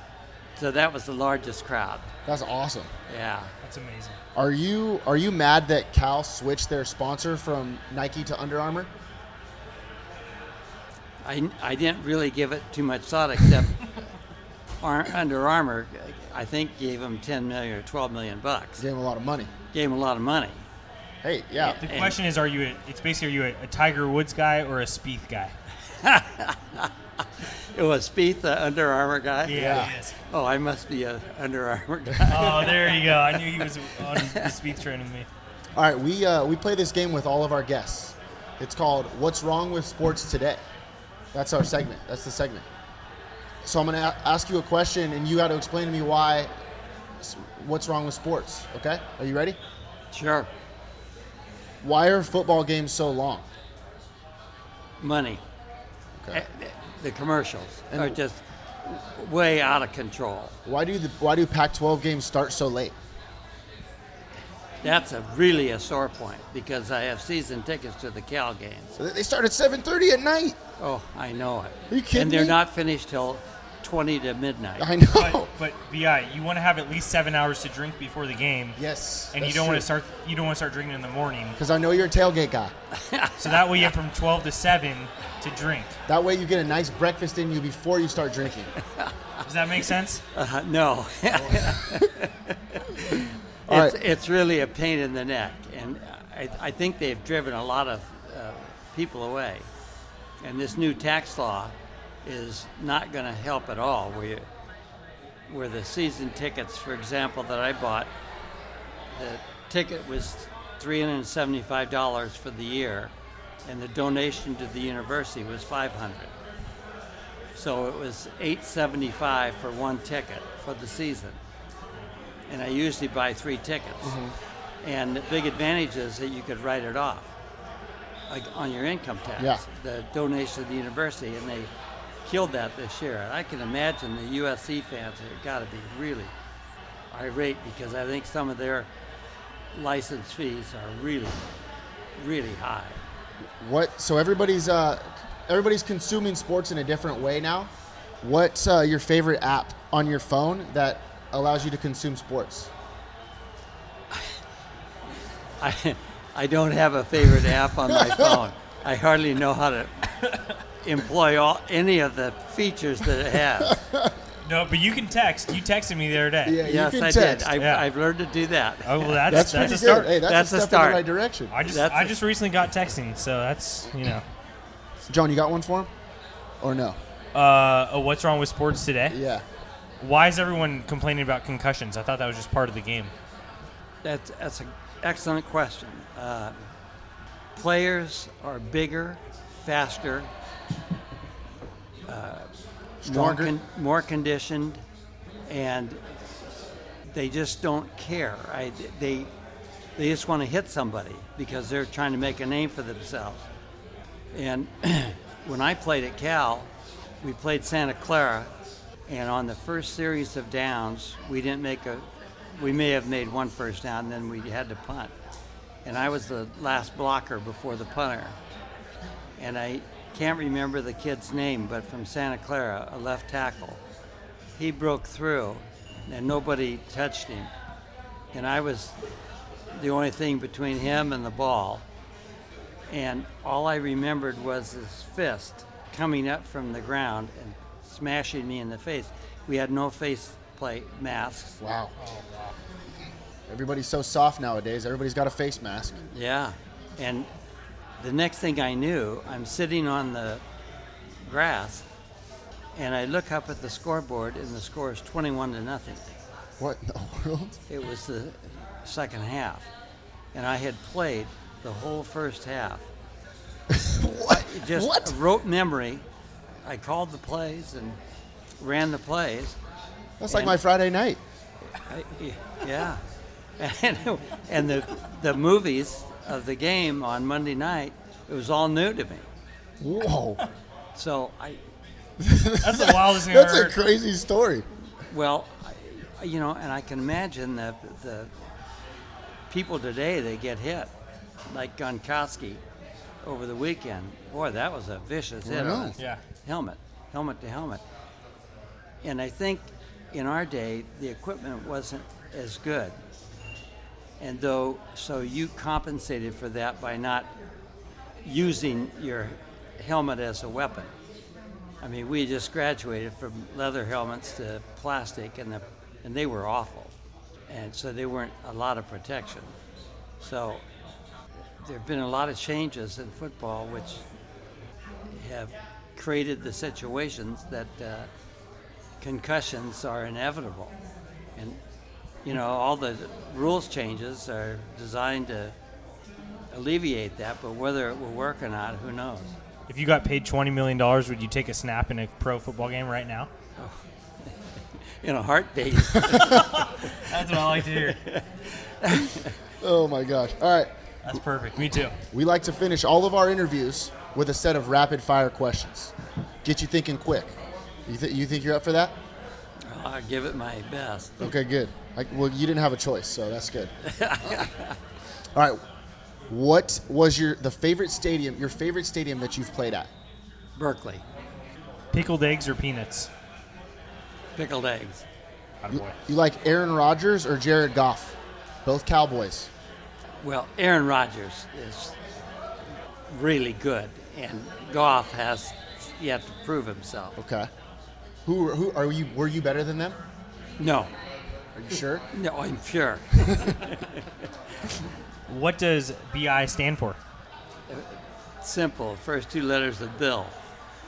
So that was the largest crowd.
That's awesome.
Yeah.
That's amazing.
Are you are you mad that Cal switched their sponsor from Nike to Under Armour?
I, I didn't really give it too much thought except Ar- Under Armour, I think, gave him 10 million or 12 million bucks.
Gave them a lot of money.
Gave him a lot of money.
Hey, yeah.
The question is, are you? A, it's basically, are you a, a Tiger Woods guy or a Spieth guy?
It was Spieth, the Under Armour guy.
Yeah.
is.
Oh, I must be a Under Armour guy.
Oh, there you go. I knew he was on the Spieth train with me.
All right, we uh, we play this game with all of our guests. It's called "What's Wrong with Sports Today." That's our segment. That's the segment. So I'm going to a- ask you a question, and you got to explain to me why. s- What's wrong with sports? Okay, are you ready?
sure.
Why are football games so long?
Money.
Okay.
Eh, eh, The commercials
And-
are just way out of control.
Why do the Why do Pac-12 games start so late?
That's a really a sore point because I have season tickets to the Cal games.
So they- They start at 7:30 at night.
Oh, I know it.
Are you kidding
And they're
me?
not finished till 20 to midnight.
I know.
But, but bi, you want to have at least seven hours to drink before the game.
yes.
And you
that's
don't want
true.
to start. You don't want to start drinking in the morning.
Because I know you're a tailgate guy.
So that way you have from twelve to seven to drink.
That way you get a nice breakfast in you before you start drinking.
Does that make sense?
Uh, no.
Oh. All
it's,
right.
it's really a pain in the neck. And I, I think they've driven a lot of uh, people away. And this new tax law is not going to help at all. Where, you, where the season tickets, for example, that I bought, the ticket was $375 for the year, and the donation to the university was 500 so it was 875 for one ticket for the season and i usually buy three tickets and the big advantage is that you could write it off like on your income tax
Yeah.
the donation to the university and they killed that this year and i can imagine the usc fans have got to be really irate because i think some of their license fees are really really high
What? So everybody's uh, everybody's consuming sports in a different way now. What's uh, your favorite app on your phone that allows you to consume sports?
I, I don't have a favorite app on my phone. I hardly know how to employ all, any of the features that it has.
No, but you can text. You texted me the other day.
yes, I did. I,
Yeah.
I've learned to do that.
Oh well,
that's,
that's that's,
pretty
a
good.
start.
Hey, that's,
That's
a
a
step in
start.
the right direction.
I just
That's
I
a-
just recently got texting, so that's you know.
John, you got one for him, or no?
Uh, oh, what's wrong with sports today?
Yeah.
Why is everyone complaining about concussions? I thought that was just part of the game.
That's, that's an excellent question. Uh, players are bigger, faster, more,
Stronger.
con- more conditioned, and they just don't care. I, they, they just want to hit somebody because they're trying to make a name for themselves. And when I played at Cal, we played Santa Clara, and on the first series of downs, we didn't make a. We may have made one first down, then we had to punt, and I was the last blocker before the punter and I can't remember the kid's name, but from Santa Clara, a left tackle. He broke through, and nobody touched him. And I was the only thing between him and the ball. And all I remembered was his fist coming up from the ground and smashing me in the face. We had no face plate masks.
Wow. Everybody's so soft nowadays. Everybody's got a face mask.
Yeah. And the next thing I knew, I'm sitting on the grass and I look up at the scoreboard and the score is 21 to nothing.
What in the world?
It was the second half. And I had played the whole first half.
What?
It just
what?
rote memory. I called the plays and ran the plays.
That's like my Friday night.
I- yeah. And, and the, the movies of the game on Monday night, it was all new to me.
Whoa.
So I,
That's the wildest thing I've
That's
ever
a
heard.
crazy story.
Well, I- you know, and I can imagine the the people today they get hit, like Gonkowski over the weekend. Boy, that was a vicious hit
know.
on his
Yeah.
helmet, helmet to helmet. And I think in our day, the equipment wasn't as good. And though, so you compensated for that by not using your helmet as a weapon. I mean, we just graduated from leather helmets to plastic, and the, and they were awful, and so they weren't a lot of protection. So there have been a lot of changes in football, which have created the situations that uh, concussions are inevitable, and you know all the rules changes are designed to alleviate that. But whether it will work or not, who knows?
If you got paid twenty million dollars, would you take a snap in a pro football game right now?
In a heartbeat.
That's what I like to hear.
Oh my gosh. All right.
That's perfect. Me too.
We like to finish all of our interviews with a set of rapid fire questions. Get you thinking quick. You, th- you think you're up for that?
I give it my best.
Okay, good. I, well, you didn't have a choice, so that's good. all right. What was your the favorite stadium? Your favorite stadium that you've played at?
Berkeley,
Pickled eggs or peanuts?
pickled eggs.
Atta boy.
You like Aaron Rodgers or Jared Goff? Both Cowboys.
Well, Aaron Rodgers is really good, and Goff has yet to prove himself.
Okay. Who who are you? Were you better than them?
No,
Are you sure?
no, I'm sure.
What does BI stand for?
Simple. First two letters of Bill.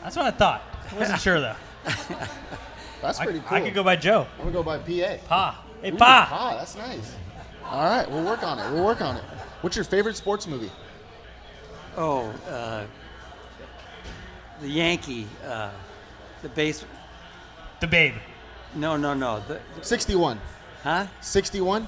That's what I thought. I wasn't sure though.
That's
I,
pretty cool.
I could go by Joe.
I'm gonna go by PA.
Pa. Hey,
Ooh,
Pa.
Pa, that's nice. All right, we'll work on it. We'll work on it. What's your favorite sports movie?
Oh, uh, the Yankee, uh, the base.
The babe.
No, no, no. The,
61.
huh?
61?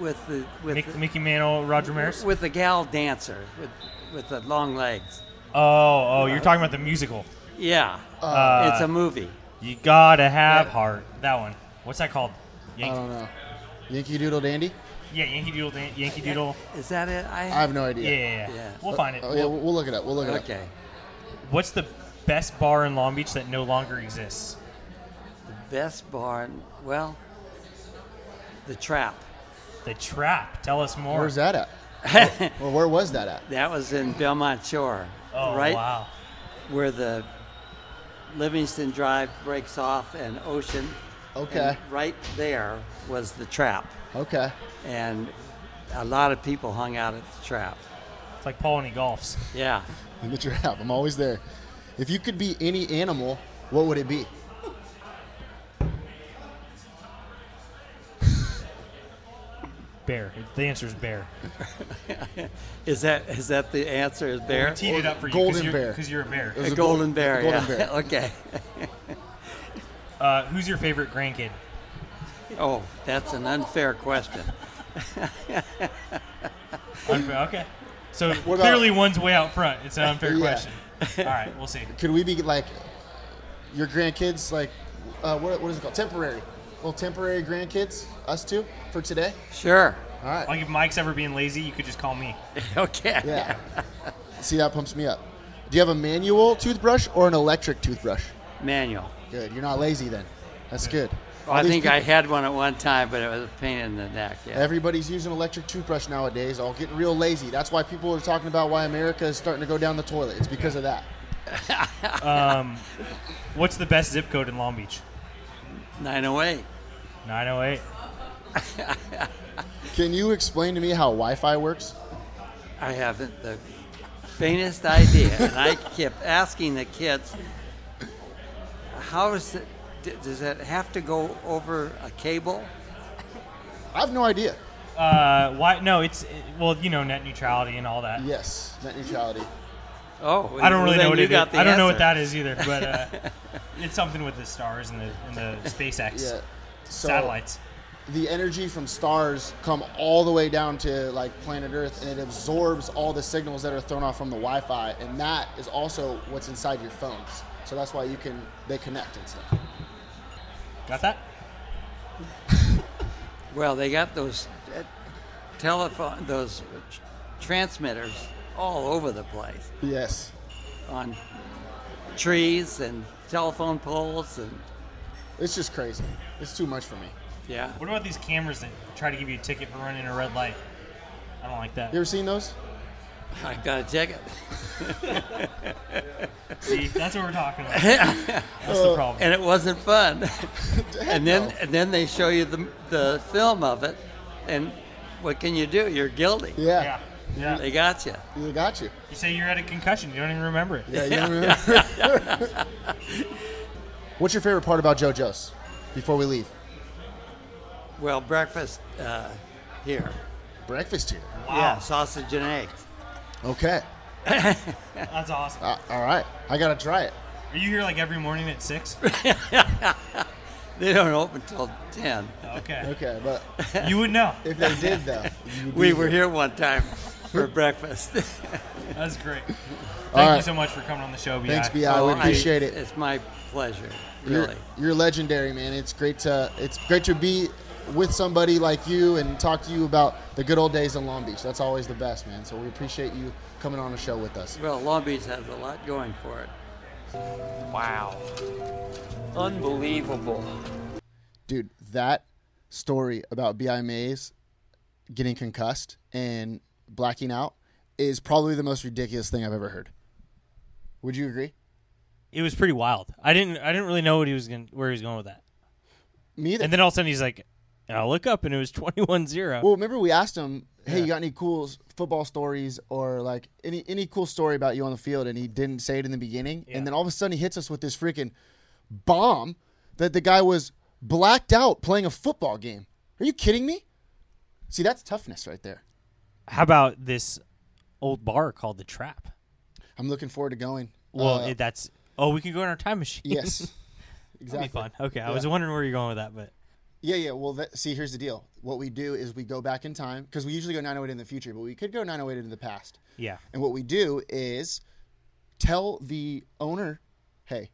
With the with
Mick,
the,
Mickey Mantle, Roger Maris.
with the gal dancer with with the long legs.
Oh, oh, you're talking about the musical.
Yeah,
Uh,
it's a movie.
You gotta have
Yeah.
heart. That one. What's that called? Yankee.
I don't know. Yankee Doodle Dandy?
yeah, Yankee Doodle. Dan- Yankee Doodle.
Is that it? I,
I have no
Yeah,
idea.
yeah, yeah.
Yeah.
We'll find it.
Oh, yeah, we'll, we'll look it up. We'll look it up.
okay.
What's the best bar in Long Beach that no longer exists?
The best bar, in- well, the trap.
The Trap. Tell us more.
Where's that at? Well, where was that at?
That was in Belmont Shore,
Oh,
right
wow.
where the Livingston Drive breaks off and Ocean.
Okay.
And right there was the trap,
Okay.
and a lot of people hung out at the trap.
It's like Paul and he golfs.
Yeah,
In the trap. I'm always there. If you could be any animal, what would it be?
Bear. The answer is bear.
is that is that the answer? Is
We
bear?
teed it up for you.
golden
you're,
bear.
Because you're a bear.
was
A
a
golden
gold-
bear.
a golden
yeah.
bear.
okay.
Uh, who's your favorite grandkid?
Oh, that's an unfair question.
Unfair. Okay. So
about-
clearly one's way out front. It's an unfair
Yeah.
question. All right, we'll see.
Could we be like your grandkids, like, uh, what, what is it called? Temporary. Little temporary grandkids, us two, for today?
Sure.
All right.
Like if Mike's ever being lazy, you could just call me.
Okay.
Yeah. See, that pumps me up. Do you have a manual toothbrush or an electric toothbrush?
Manual.
Good. You're not lazy then. That's good. All
I
these
think I
people-
had one at one time, but it was a pain in the neck. Yeah.
Everybody's using electric toothbrush nowadays. All getting real lazy. That's why people are talking about why America is starting to go down the toilet. It's because of that.
What's the best zip code in Long Beach?
908.
908.
Can you explain to me how Wi-Fi works?
I haven't the faintest idea, and I kept asking the kids, "How is it? d- Does it have to go over a cable?"
I have no idea.
Uh, why? No, it's well, you know, net neutrality and all that.
Yes, net neutrality.
Oh,
I don't really
then
know what
you
it is.
got the
I don't know what
answer.
that is either, but uh, it's something with the stars and the and the SpaceX
Yeah. So
satellites.
the energy from stars come all the way down to like planet Earth, and it absorbs all the signals that are thrown off from the Wi-Fi, and that is also what's inside your phones. So that's why you can they connect and stuff.
Got that?
Well, they got those uh, telephone, those uh, tr- transmitters all over the place
Yes.
on trees and telephone poles and
It's just crazy. It's too much for me.
Yeah.
What about these cameras that try to give you a ticket for running a red light? I don't like that.
You ever seen those?
I got a ticket.
See, that's what we're talking about. That's the problem.
Oh, and it wasn't fun. and then and then they show you the the film of it, and what can you do? You're guilty.
Yeah.
yeah. Yeah.
They got you.
They got you.
You say you're at a concussion. You don't even remember it.
Yeah, you remember? What's your favorite part about JoJo's before we leave?
Well, breakfast uh, here.
Breakfast here.
Yeah, sausage and eggs.
Okay.
That's awesome.
Uh, all right. I got to try it.
Are you here like every morning at six?
They don't open till ten.
Okay.
Okay. But
You would know.
if they did, though, you'd be
We were here one time for breakfast.
That's great. Thank you
right.
so much for coming on the show, BI.
Thanks,
So
BI. we
Oh, I-
appreciate it.
It's my pleasure,
You're,
really.
you're legendary, man. It's great to it's great to be with somebody like you and talk to you about the good old days in Long Beach. That's always the best, man. So we appreciate you coming on the show with us.
Well, Long Beach has a lot going for it.
Wow. Unbelievable.
Dude, that story about B.I. Mays getting concussed and blacking out is probably the most ridiculous thing I've ever heard. Would you agree?
It was pretty wild. I didn't. I didn't really know what he was going. Where he was going with that.
Me either.
And then all of a sudden he's like, and I look up and it was 21-0.
well, remember we asked him, "Hey, you got any cool s- football stories or like any any cool story about you on the field?" And he didn't say it in the beginning, and then all of a sudden he hits us with this freaking bomb that the guy was blacked out playing a football game. Are you kidding me? See, that's toughness right there.
How about this old bar called the Trap?
I'm looking forward to going.
Well,
Uh,
it, that's. Oh, we can go in our time machine.
yes,
That'd
exactly.
be fun. Okay, I was wondering where you're going with that, but
Yeah, yeah. Well, that, see, here's the deal. What we do is we go back in time because we usually go 908 in the future, but we could go 908 into the past.
yeah.
And what we do is tell the owner, hey,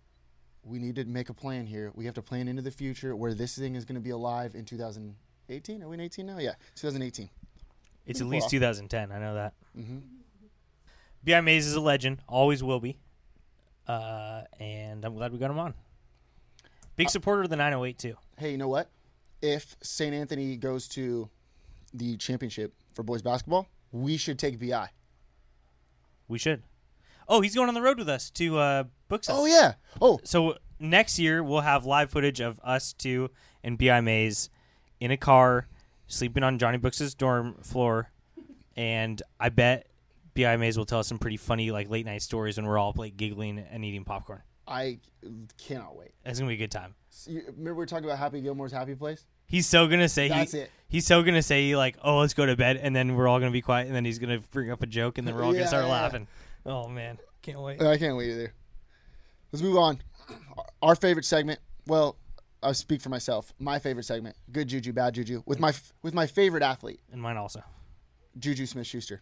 we need to make a plan here. We have to plan into the future where this thing is going to be alive in 2018. Are we in 18 now? Yeah, 2018.
It's at least 2010. I know that. Mm-hmm. B.I. Mays is a legend, always will be, uh, and I'm glad we got him on. Big
Uh,
supporter of the 908 too.
Hey, you know what? If St. Anthony goes to the championship for boys basketball, we should take BI.
We should. Oh, he's going on the road with us to uh, Bookside.
Oh, yeah. Oh,
So next year we'll have live footage of us two and Bi Mays in a car sleeping on Johnny Brooks's dorm floor, and I bet Bi Mays will tell us some pretty funny like late night stories when we're all like giggling and eating popcorn.
I cannot wait.
It's gonna be a good time.
So you- remember we were talking about Happy Gilmore's Happy Place?
He's so gonna say
That's
he,
it.
he's so gonna say like, oh, let's go to bed, and then we're all gonna be quiet, and then he's gonna bring up a joke, and then we're all
Yeah,
gonna start
yeah. Uh,
laughing. Oh man, can't wait.
I can't wait either. Let's move on. Our favorite segment. Well, I speak for myself. My favorite segment: good juju, bad juju. With my with my favorite athlete,
And mine also.
Juju Smith Schuster.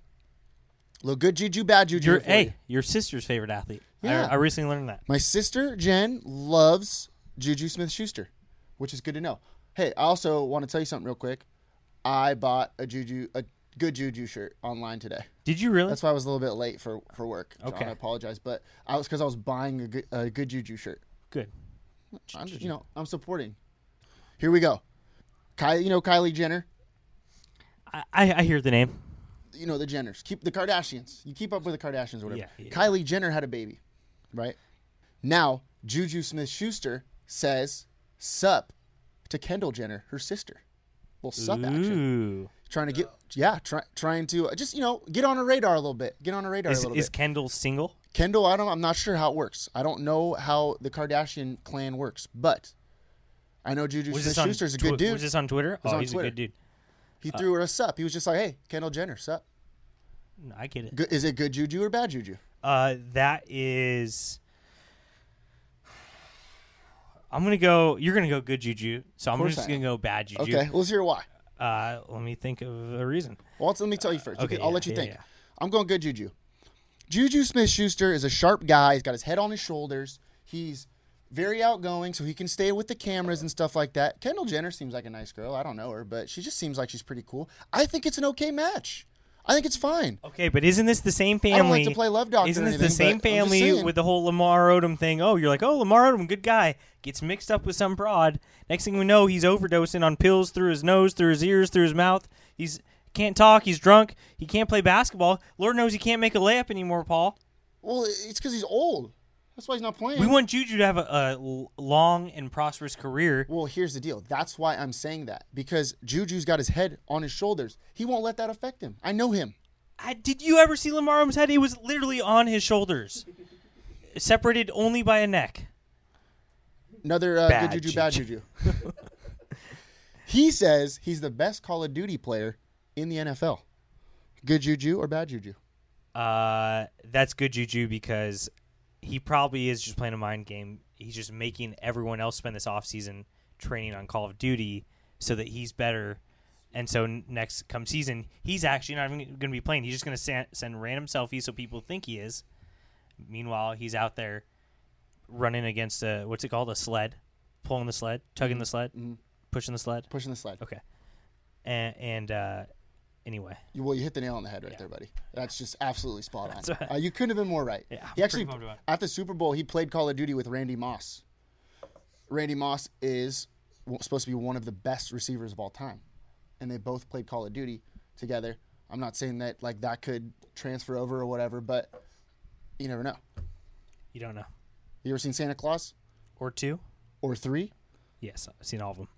Little good juju, bad juju.
Your
for you.
hey, your sister's favorite athlete.
Yeah.
I, I recently learned that.
My sister Jen loves Juju Smith Schuster, which is good to know. Hey, I also want to tell you something real quick. I bought a Juju a good Juju shirt online today.
Did you really?
That's why I was a little bit late for for work. John.
Okay.
I apologize, but I was because I was buying a good, a good Juju shirt.
good.
I'm just, you know, I'm supporting. Here we go. Kylie, you know Kylie Jenner,
I, I I hear the name.
you know the Jenners. Keep the Kardashians. You keep up with the Kardashians or whatever.
Yeah, yeah.
Kylie Jenner had a baby, right? Now Juju Smith-Schuster says sup to Kendall Jenner, her sister. Well, sup action.
Ooh.
Trying to get yeah, try, trying to uh, just you know get on her radar a little bit. Get on her radar a
Is,
little
is
bit.
Kendall single?
Kendall, I don't, I'm not sure how it works. I don't know how the Kardashian clan works, but I know Juju
Was this on
Smith-Schuster's a
Twi-
good dude.
Was this on Twitter?
was
Oh,
on
he's
Twitter.
a good dude.
He
Uh,
threw her a sup. He was just like, "Hey, Kendall Jenner, sup?
No, I get it.
Good, is it good juju or bad juju?"
Uh, that is. I'm gonna go. You're gonna go good juju. So I'm
course
just
I
gonna
am.
go bad juju.
Okay, let's hear why.
Uh, let me think of a reason.
Well, let me tell you first.
Uh, okay,
Okay, I'll
yeah,
let you
yeah,
think.
yeah.
I'm going good juju. Juju Smith Schuster is a sharp guy. He's got his head on his shoulders. He's very outgoing, so he can stay with the cameras and stuff like that. Kendall Jenner seems like a nice girl. I don't know her, but she just seems like she's pretty cool. I think it's an okay match. I think it's fine.
Okay, but isn't this the same family?
don't like to play Love Doctor
Isn't
or
this the
anything,
same
but I'm just
family
saying.
with the whole Lamar Odom thing? Oh, you're like, oh, Lamar Odom, good guy, gets mixed up with some broad. Next thing we know, he's overdosing on pills through his nose, through his ears, through his mouth. He's can't talk. He's drunk. He can't play basketball. Lord knows he can't make a layup anymore, Paul.
Well, it's because he's old. That's why he's not playing.
We want Juju to have a, a l- long and prosperous career.
Well, here's the deal. That's why I'm saying that because Juju's got his head on his shoulders. He won't let that affect him. I know him.
I, did you ever see Lamar Odom's head? It was literally on his shoulders, separated only by a neck.
Another uh,
Bad
good Juju, bad
Juju.
Juju. he says he's the best Call of Duty player in the NFL. Good Juju or bad Juju?
Uh, that's good juju because he probably is just playing a mind game. He's just making everyone else spend this offseason training on Call of Duty so that he's better. And so n- next come season, he's actually not even going to be playing. He's just going to sa- send random selfies so people think he is. Meanwhile, he's out there running against a what's it called a sled, pulling the sled, tugging the sled, pushing the sled.
Pushing the slide.
Okay, and, and uh, anyway,
You, well, you hit the nail on the head right there, buddy. That's just absolutely spot on.
That's right.
Uh, you couldn't have been more right.
Yeah, I'm
he actually
pretty pumped about it.
at the Super Bowl he played Call of Duty with Randy Moss. Randy Moss is w- supposed to be one of the best receivers of all time, and they both played Call of Duty together. I'm not saying that like that could transfer over or whatever, but you never know.
you don't know
You ever seen Santa Claus
or two.
or three?
Yes, I've seen all of them.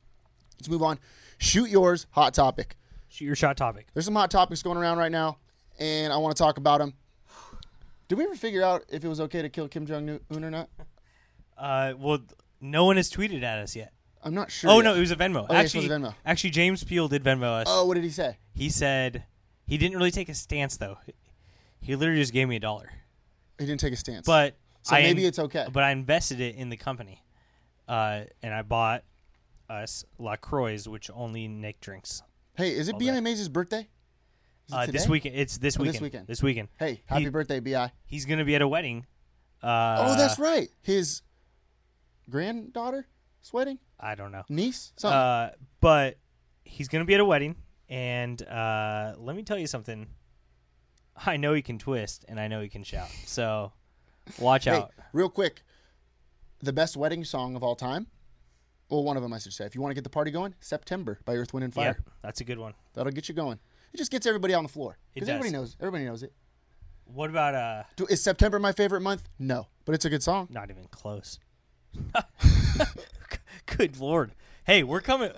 Let's move on. Shoot yours. Hot topic.
Shoot your shot topic.
There's some hot topics going around right now, and I want to talk about them. Did we ever figure out if it was okay to kill Kim Jong Un or not?
Uh, well, th- no one has tweeted at us yet.
I'm not sure.
Oh
yet.
no, it was a Venmo.
Oh, yeah, it's
actually,
supposed to Venmo.
actually, James Peel did Venmo us.
Oh, what did he say?
He said he didn't really take a stance though. He literally just gave me a dollar,
He didn't take a stance.
but
So
I
maybe it's okay.
But I invested it in the company, uh, and I bought us La Croix, which only Nick drinks.
hey, is it Bi
that.
Mays' birthday? Is it
Uh, this
today?
weekend, it's this
Oh, this
weekend.
weekend.
This weekend.
Hey, happy
He-
birthday, Bi.
He's gonna be at a wedding.
Oh,
Uh,
that's right. His granddaughter, his wedding,
I don't know.
niece, something.
Uh, but he's gonna be at a wedding, and uh, let me tell you something. I know he can twist, and I know he can shout. So watch
hey,
out.
real quick, the best wedding song of all time. Well, one of them I should say. If you want to get the party going, September by Earth, Wind, and Fire.
Yep, that's a good one.
That'll get you going. It just gets everybody on the floor
It
because
does.
everybody knows. Everybody knows it.
What about uh?
Do- Is September my favorite month? No, but it's a good song.
Not even close. good lord. Hey, we're coming.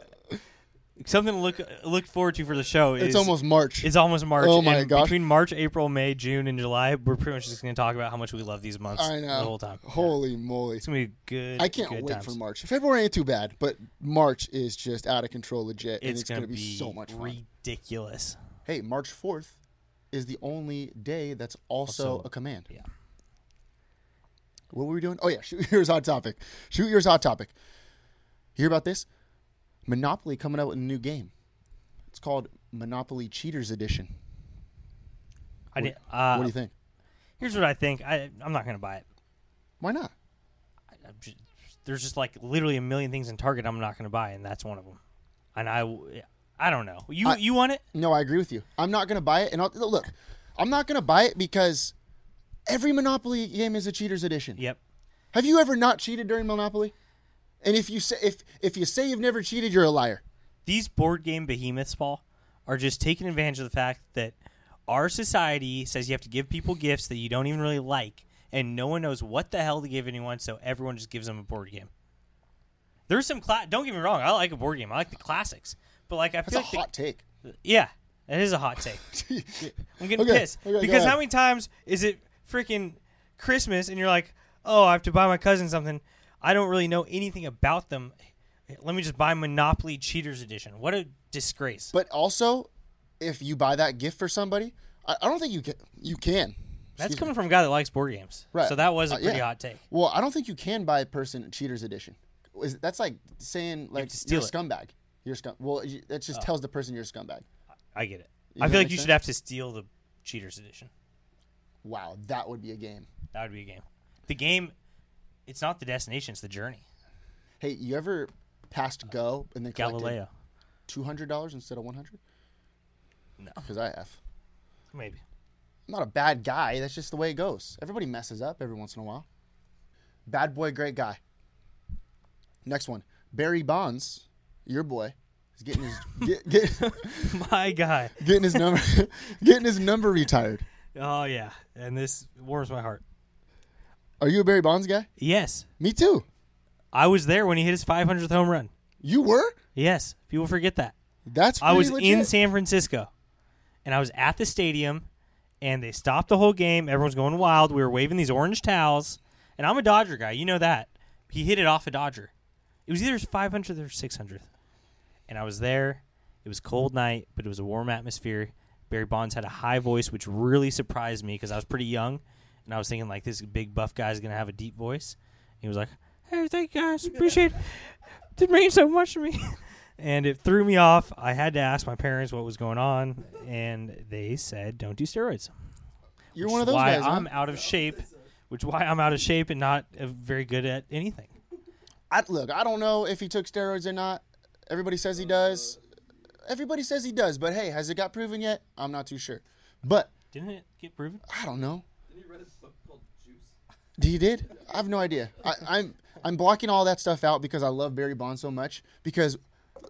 Something to look look forward to for the show.
It's
is,
almost March.
It's almost March.
Oh my
and
gosh.
Between March, April, May, June, and July, we're pretty much just going to talk about how much we love these months.
I know.
The whole time. Yeah.
Holy moly!
It's going to be good.
I can't
good
wait
times.
for March. February ain't too bad, but March is just out of control, legit, and
It's,
it's
going
gonna
to
be, so much fun.
ridiculous.
hey, March fourth is the only day that's also,
Also,
a command.
yeah.
What were we doing? Oh yeah, shoot yours hot topic. Shoot yours hot topic. Hear about this? Monopoly coming out with a new game. It's called Monopoly Cheaters Edition.
I did, uh,
what do you think?
Here's what I think. I I'm not going to buy it.
Why not?
I'm ju- there's just like literally a million things in Target I'm not going to buy, and that's one of them. And I w- I don't know. You
I-
you want it?
No, I agree with you. I'm not going to buy it. And I'll, look, I'm not going to buy it because every Monopoly game is a cheaters edition.
Yep.
Have you ever not cheated during Monopoly? And if you say if if you say you've never cheated, you're a liar.
these board game behemoths, Paul, are just taking advantage of the fact that our society says you have to give people gifts that you don't even really like, and no one knows what the hell to give anyone, so everyone just gives them a board game. There's some cla- don't get me wrong, I like a board game. I like the classics, but like I
That's
feel
a
like the-
hot take.
yeah, that is a hot take. I'm getting
Okay,
pissed
okay, go
because how
ahead.
many times is it freaking Christmas and you're like, oh, I have to buy my cousin something. I don't really know anything about them. Let me just buy Monopoly Cheaters Edition. What a disgrace!
But also, if you buy that gift for somebody, I, I don't think you can. You can.
That's
Excuse
coming from a guy that likes board games,
Right.
So that was a
Uh,
pretty
yeah.
hot take.
Well, I don't think you can buy a person a cheaters edition. Is, that's like saying like
to
you're a
steal Oh.
scumbag. You're a scum. Well, you, that just tells the person you're a scumbag.
I get it.
You
I
know what
feel like
I'm
you
saying?
should have to steal the Cheaters Edition.
Wow, that would be a game.
That would be a game. The game, it's not the destination; it's the journey.
Hey, you ever passed go and then collected
Galileo.
two hundred dollars instead of one hundred? No, because I have.
Maybe.
I'm not a bad guy. That's just the way it goes. Everybody messes up every once in a while. Bad boy, great guy. Next one, Barry Bonds, your boy, is getting his get, get,
My guy.
getting his number getting his number retired.
Oh yeah, and this warms my heart.
Are you a Barry Bonds guy?
Yes,
Me too.
I was there when he hit his 500th home run.
You were?
Yes, people forget that.
That's
I was
pretty
in
legit.
San Francisco, and I was at the stadium, and they stopped the whole game. Everyone's going wild. We were waving these orange towels, and I'm a Dodger guy. You know that. He hit it off a Dodger. It was either his 500th or 600th, and I was there. It was a cold night, but it was a warm atmosphere. Barry Bonds had a high voice, which really surprised me because I was pretty young, and I was thinking like this big buff guy's gonna have a deep voice. He was like, "Hey, thank you guys, appreciate. It. It means so much to me." and it threw me off. I had to ask my parents what was going on, and they said, "Don't do steroids."
You're
Which
one
is
of those
why
guys. huh?
I'm out of shape, which why I'm out of shape and not uh, very good at anything.
I, look, I don't know if he took steroids or not. Everybody says he does. Everybody says he does, but hey, has it got proven yet? I'm not too sure. But
Didn't it get proven?
I don't know. He did. I have no idea. I, I'm I'm blocking all that stuff out because I love Barry Bonds so much. Because,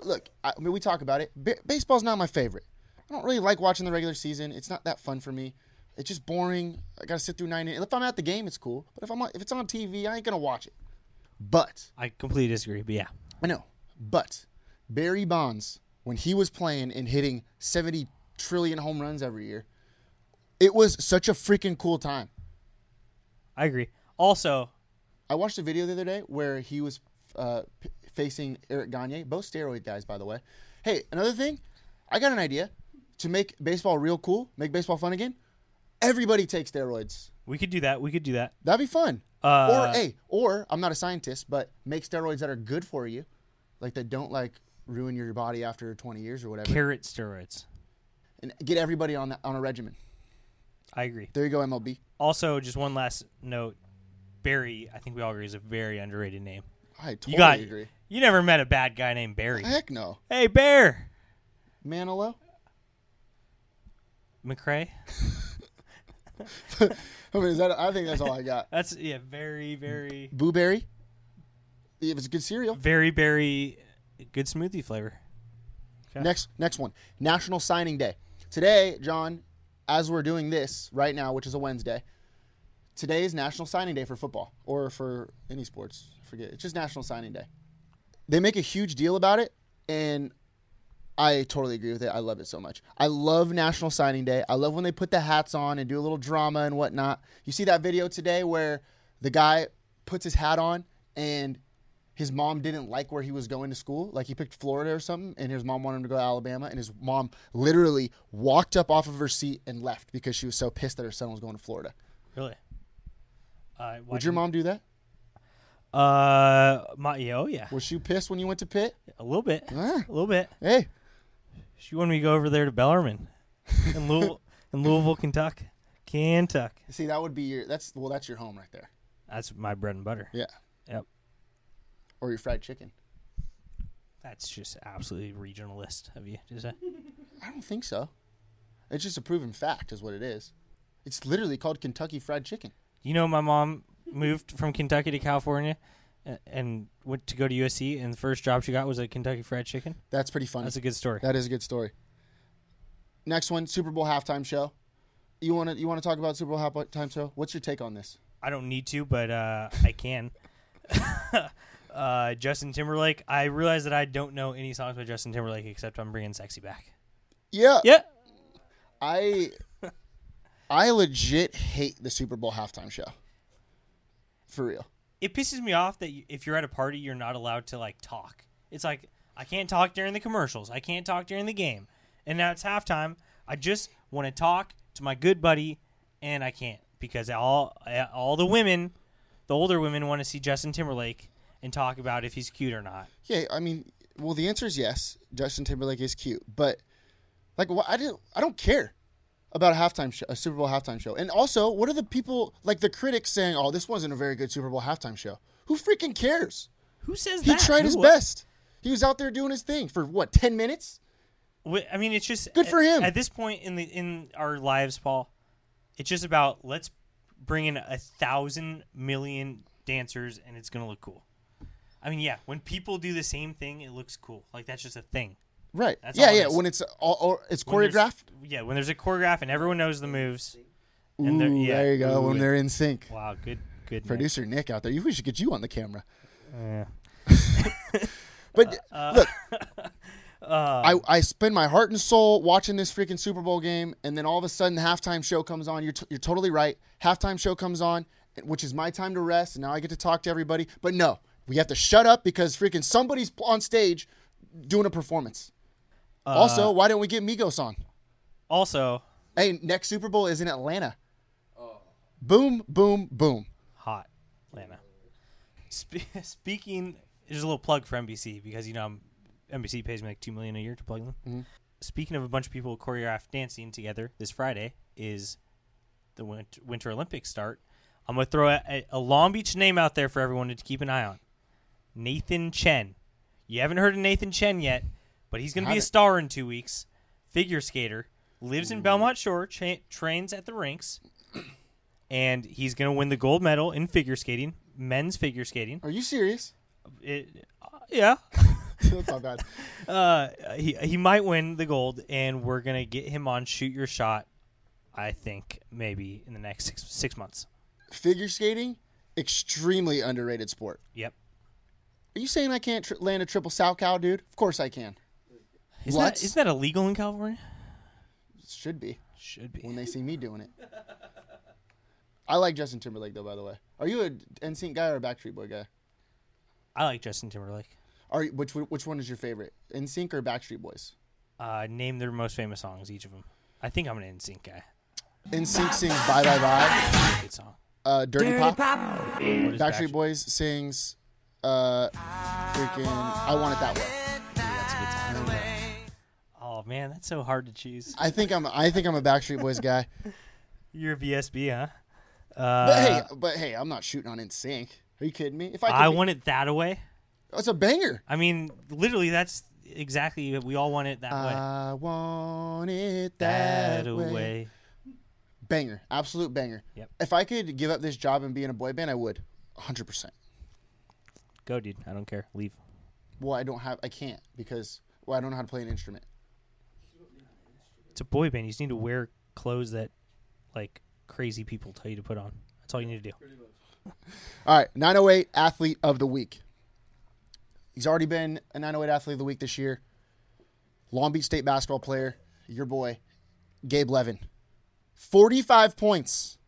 look, I, I mean, we talk about it. Ba- baseball's not my favorite. I don't really like watching the regular season. It's not that fun for me. It's just boring. I gotta sit through nine. innings. If I'm at the game, it's cool. But if I'm on, if it's on TV, I ain't gonna watch it. But
I completely disagree, but yeah,
I know, but Barry Bonds, when he was playing and hitting 70 trillion home runs every year, it was such a freaking cool time.
I agree. Also,
I watched a video the other day where he was uh, p- facing Eric Gagne, both steroid guys, by the way. Hey, another thing, I got an idea to make baseball real cool, make baseball fun again. Everybody takes steroids.
we could do that. We could do that.
That'd be fun.
Uh,
or hey, or I'm not a scientist, but make steroids that are good for you, like that don't like ruin your body after 20 years or whatever.
Carrot steroids.
and get everybody on that on a regimen.
I agree.
There you go, MLB.
Also, just one last note. Barry, I think we all agree, is a very underrated name.
I totally
You got
agree.
you never met a bad guy named Barry.
Heck no,
Hey, Bear
Manilow.
McCray.
I mean, is that? I think that's all I got.
That's yeah, very, very,
Blueberry. If it's a good cereal.
very, very good smoothie flavor.
Next, next one. National Signing Day. Today, John, as we're doing this right now, which is a Wednesday, today is National Signing Day for football or for any sports. I forget. It's just National Signing Day. They make a huge deal about it, and I totally agree with it. I love it so much. I love National Signing Day. I love when they put the hats on and do a little drama and whatnot. You see that video today where the guy puts his hat on and his mom didn't like where he was going to school. Like he picked Florida or something, and his mom wanted him to go to Alabama, and his mom literally walked up off of her seat and left because she was so pissed that her son was going to Florida.
Really? Uh, why
Would your
didn't-
mom do that?
Uh, my yeah, oh yeah,
Was she pissed when you went to Pitt?
a little bit,
Huh?
a little bit.
Hey,
She wanted me to go over there to Bellarmine, in Louisville, in Louisville, Kentucky. Kentucky.
see that would be your that's well that's your home right there.
That's my bread and butter.
Yeah,
Yep.
or your fried chicken.
That's just absolutely regionalist of you. Is that?
I don't think so. It's just a proven fact, is what it is. It's literally called Kentucky Fried Chicken.
You know, my mom moved from Kentucky to California, a- and went to go to USC, and the first job she got was a Kentucky Fried Chicken.
That's pretty funny.
That's a good story.
That is a good story. Next one, Super Bowl halftime show. You want to you want to talk about Super Bowl halftime show? What's your take on this?
I don't need to, but uh, I can. uh, Justin Timberlake. I realize that I don't know any songs by Justin Timberlake except "I'm Bringing Sexy Back."
Yeah,
Yeah,
I I legit hate the Super Bowl halftime show. For real.
it pisses me off that you, if you're at a party, you're not allowed to like talk. It's like I can't talk during the commercials. I can't talk during the game, and now it's halftime. I just want to talk to my good buddy, and I can't because all uh, all the women, the older women, want to see Justin Timberlake and talk about if he's cute or not.
Yeah, I mean, well, the answer is yes. Justin Timberlake is cute, but like, wh- I don't, I don't care about a halftime show, a Super Bowl halftime show. And also, what are the people like the critics saying? Oh, this wasn't a very good Super Bowl halftime show. Who freaking cares?
Who says
He
that?
tried
Who
his
wa-
best. He was out there doing his thing for what ten minutes.
Wh- I mean, it's just
Good for
at-
him.
At this point in the in our lives, Paul, it's just about let's bring in a thousand million dancers, and it's gonna look cool. I mean, yeah, when people do the same thing, it looks cool. Like that's just a thing.
Right.
That's
yeah,
all it
yeah.
is.
When it's all, all it's
When there's-
choreographed.
Yeah, when there's a choreograph and everyone knows the moves.
Ooh,
And they're- yeah,
there you go.
ooh,
when
it-
they're in sync.
Wow, good, good. Nick.
Producer Nick out there. You we should get you on the camera.
Yeah.
But uh, look, I, I spend my heart and soul watching this freaking Super Bowl game, and then all of a sudden, the halftime show comes on. You're, t- you're totally right. Halftime show comes on, which is my time to rest, and now I get to talk to everybody. But no, we have to shut up because freaking somebody's pl- on stage doing a performance. also, why don't we get Migos on?
Also,
Hey, next Super Bowl is in Atlanta. Boom, boom, boom.
hot, Lana. Spe- speaking, there's a little plug for NBC because you know I'm, NBC pays me like two million a year to plug them. Speaking of a bunch of people choreographed dancing together, this Friday is the win- Winter Olympics start. I'm gonna throw a, a- a Long Beach name out there for everyone to keep an eye on. Nathan Chen. You haven't heard of Nathan Chen yet, but he's gonna be a
Haven't.
star in two weeks. Figure skater lives in Belmont Shore, cha- trains at the rinks and he's going to win the gold medal in figure skating, men's figure skating.
Are you serious?
It- uh, yeah,
That's not bad.
uh, he he might win the gold, and we're going to get him on shoot your shot. I think maybe in the next six six months.
Figure skating, extremely underrated sport.
Yep.
Are you saying I can't tr- land a triple sow cow, dude? Of course I can.
Isn't
What?
that, isn't that illegal in California?
Should be
Should
when
be.
they see me doing it. I like Justin Timberlake though. By the way, are you a NSYNC guy or a Backstreet Boy guy?
I like Justin Timberlake.
Are you- which which one is your favorite? NSYNC or Backstreet Boys?
Uh, name their most famous songs, each of them. I think I'm an NSYNC guy.
NSYNC sings Bye Bye Bye,
Good song.
uh, Dirty, Pop.
What is
Backstreet Boys sings, uh, freaking I Want It That Way.
That's a good song. Oh man, that's so hard to choose.
I think I'm I think I'm a Backstreet Boys guy.
You're a VSB, huh?
But
Uh,
hey, but hey, I'm not shooting on NSYNC. Are you kidding me? If I, could
I
be-
want it that away.
it's a banger.
I mean, literally, that's exactly we all want it that way.
I want it that,
That away.
Banger. Absolute banger.
Yep.
If I could give up this job and be in a boy band, I would. 100%.
Go, dude. I don't care. Leave.
Well, I don't have, I can't because, well, I don't know how to play an instrument.
It's a boy band. You just need to wear clothes that like crazy people tell you to put on. That's all you need to do.
All right. 908 Athlete of the Week. He's already been a 908 Athlete of the Week this year. Long Beach State basketball player, your boy, Gabe Levin. 45 points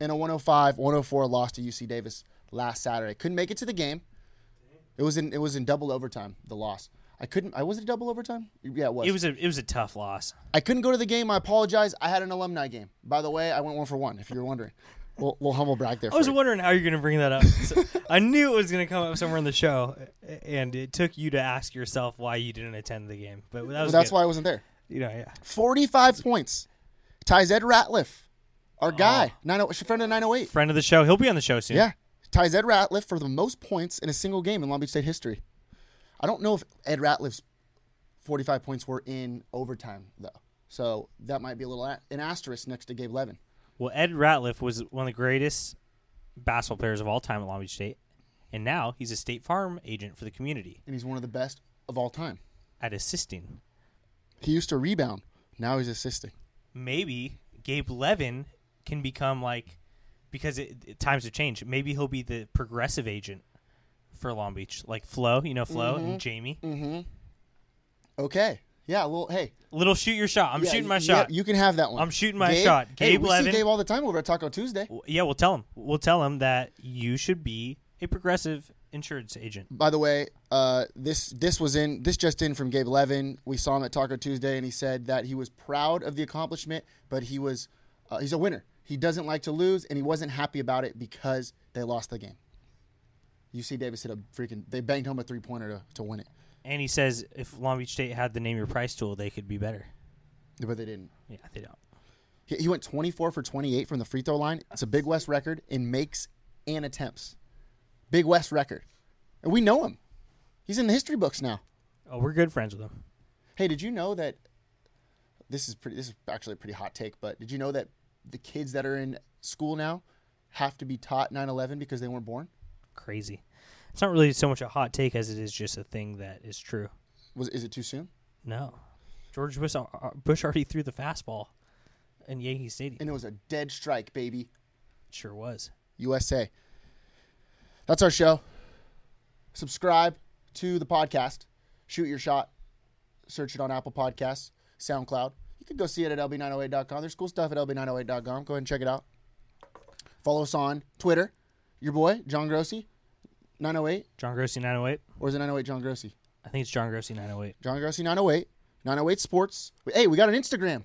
in a 105 104 loss to UC Davis last Saturday. Couldn't make it to the game. It was in it was in double overtime, the loss. I couldn't I was it double overtime? Yeah, it was.
It was a it was a tough loss.
I couldn't go to the game. I apologize. I had an alumni game. By the way, I went one for one, if you were wondering. Little, little humble brag there.
I was
for you.
wondering how you're gonna bring that up. So, I knew it was gonna come up somewhere in the show, and it took you to ask yourself why you didn't attend the game. But that was
But that's
good.
why I wasn't there.
you know yeah.
45 points. Ties Ed Ratliff, our guy, 90, friend of 908.
Friend of the show. He'll be on the show soon.
Yeah. Ties Ed Ratliff for the most points in a single game in Long Beach State history. I don't know if Ed Ratliff's 45 points were in overtime, though. So that might be a little a- an asterisk next to Gabe Levin.
Well, Ed Ratliff was one of the greatest basketball players of all time at Long Beach State, and now he's a State Farm agent for the community
And he's one of the best of all time.
at assisting.
He used to rebound. Now he's assisting.
Maybe Gabe Levin can become like because it, it- times have changed. Maybe he'll be the progressive agent for Long Beach, like Flo, you know Flo
Mm-hmm.
and Jamie.
Okay. Yeah, well, hey.
Little shoot your shot. I'm
Yeah,
shooting my
yeah,
shot.
you can have that one.
I'm shooting my
Gabe-
shot.
Hey,
Gabe
we
Levin.
see Gabe all the time over at Taco Tuesday.
yeah, we'll tell him. We'll tell him that you should be a progressive insurance agent.
By the way, uh, this this was in this just in from Gabe Levin. We saw him at Taco Tuesday, and he said that he was proud of the accomplishment, but he was uh, he's a winner. He doesn't like to lose, and he wasn't happy about it because they lost the game. UC Davis hit a freaking they banged home a three pointer to, to win it,
And he says if Long Beach State had the name your price tool, they could be better.
but they didn't.
Yeah, they don't.
He, he went 24 for 28 from the free throw line. It's a Big West record in makes and attempts. Big West record, and we know him. He's in the history books now.
Oh, we're good friends with him.
Hey, did you know that this is pretty? This is actually a pretty hot take, but did you know that the kids that are in school now have to be taught 9/11 because they weren't born?
Crazy. It's not really so much a hot take as it is just a thing that is true.
Was is it too soon?
No, George Bush, uh, Bush already threw the fastball in Yankee Stadium.
And it was a dead strike, baby.
Sure was.
USA. That's our show. Subscribe to the podcast. Shoot your shot. Search it on Apple Podcasts, SoundCloud. You can go see it at lb908.com. There's cool stuff at lb908.com. Go ahead and check it out. Follow us on Twitter. Your boy, John Grossi, 908.
John Grossi 908.
Or is it 908 John Grossi?
I think it's John Grossi 908.
John Grossi 908. 908 Sports. Hey, we got an Instagram.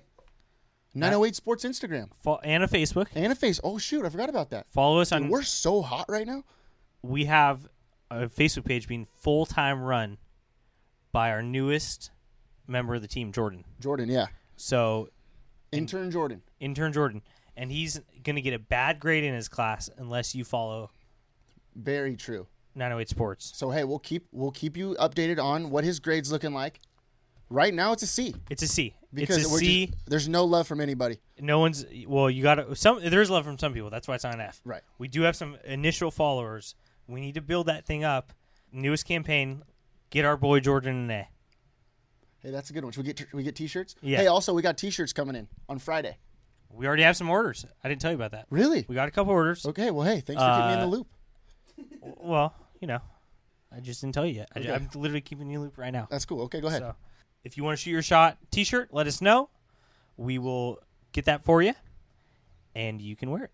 908 Sports Instagram.
Fo- and a Facebook.
And a face. Oh, shoot. I forgot about that.
Follow us on.
Dude, we're so hot right now.
we have a Facebook page being full time run by our newest member of the team, Jordan.
Jordan, yeah.
So
Intern Jordan.
intern Jordan, and he's going to get a bad grade in his class unless you follow
Very true.
908 Sports.
So hey, we'll keep we'll keep you updated on what his grades looking like. Right now, it's a C
It's a C.
because
it's a
we're
C.
just- there's no love from anybody.
no one's well. You got to some. There's love from some people. That's why it's on an F.
Right.
We do have some initial followers. We need to build that thing up. Newest campaign. Get our boy Jordan an A.
Hey, that's a good one. Should we get we get T-shirts?
Yeah.
Hey, also we got T-shirts coming in on Friday.
We already have some orders. I didn't tell you about that.
Really?
We got a couple orders.
Okay. Well, hey, thanks for keeping me in the
Uh,
loop.
Well, you know, I just didn't tell you yet. I
Okay.
am literally keeping you in the loop right now.
That's cool. Okay, go ahead.
So, if you want to shoot your shot T-shirt, let us know. We will get that for you, and you can wear it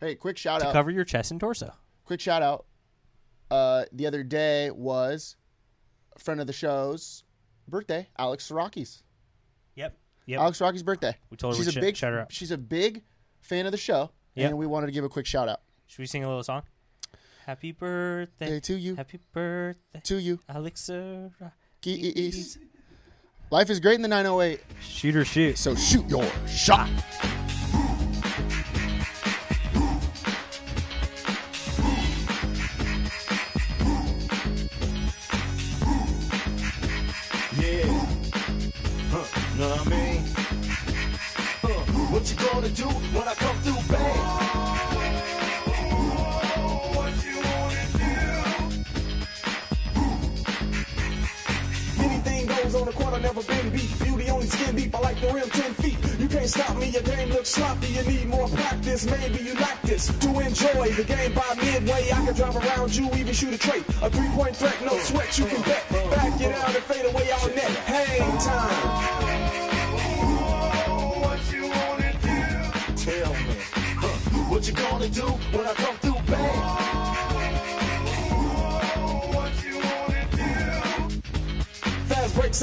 hey, quick shout
to
out.
cover your chest and torso.
quick shout out. Uh, the other day was a friend of the show's birthday, Alex Siraki's.
Yep. Yep.
Alex Siraki's birthday.
We told her
she's
we'd
a
sh-
big
shout her out.
She's a big fan of the show,
Yep.
and we wanted to give a quick shout out
Should we sing a little song? Happy birthday
Hey, to you.
Happy birthday,
to you.
Alex. Sir-
Geese. Life is great in the 908,
Shoot or shoot.
so shoot your shot.
Yeah. Huh, know what I mean? Huh, what you gonna do when I come through, babe? What you wanna do? Anything goes on the court, I never been beat. Beauty only skin deep, I like the rim 10 feet. You can't stop me, your game looks sloppy. You need more practice, maybe you like this. To enjoy the game by midway, I can drive around you, even shoot a trait. A three point threat, no sweat, you can bet. Back it out and fade away all net. Hang time. Tell me, huh, what you gonna do when I come through, babe? Fast breaks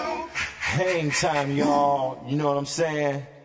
Hang time, y'all. You know what I'm saying?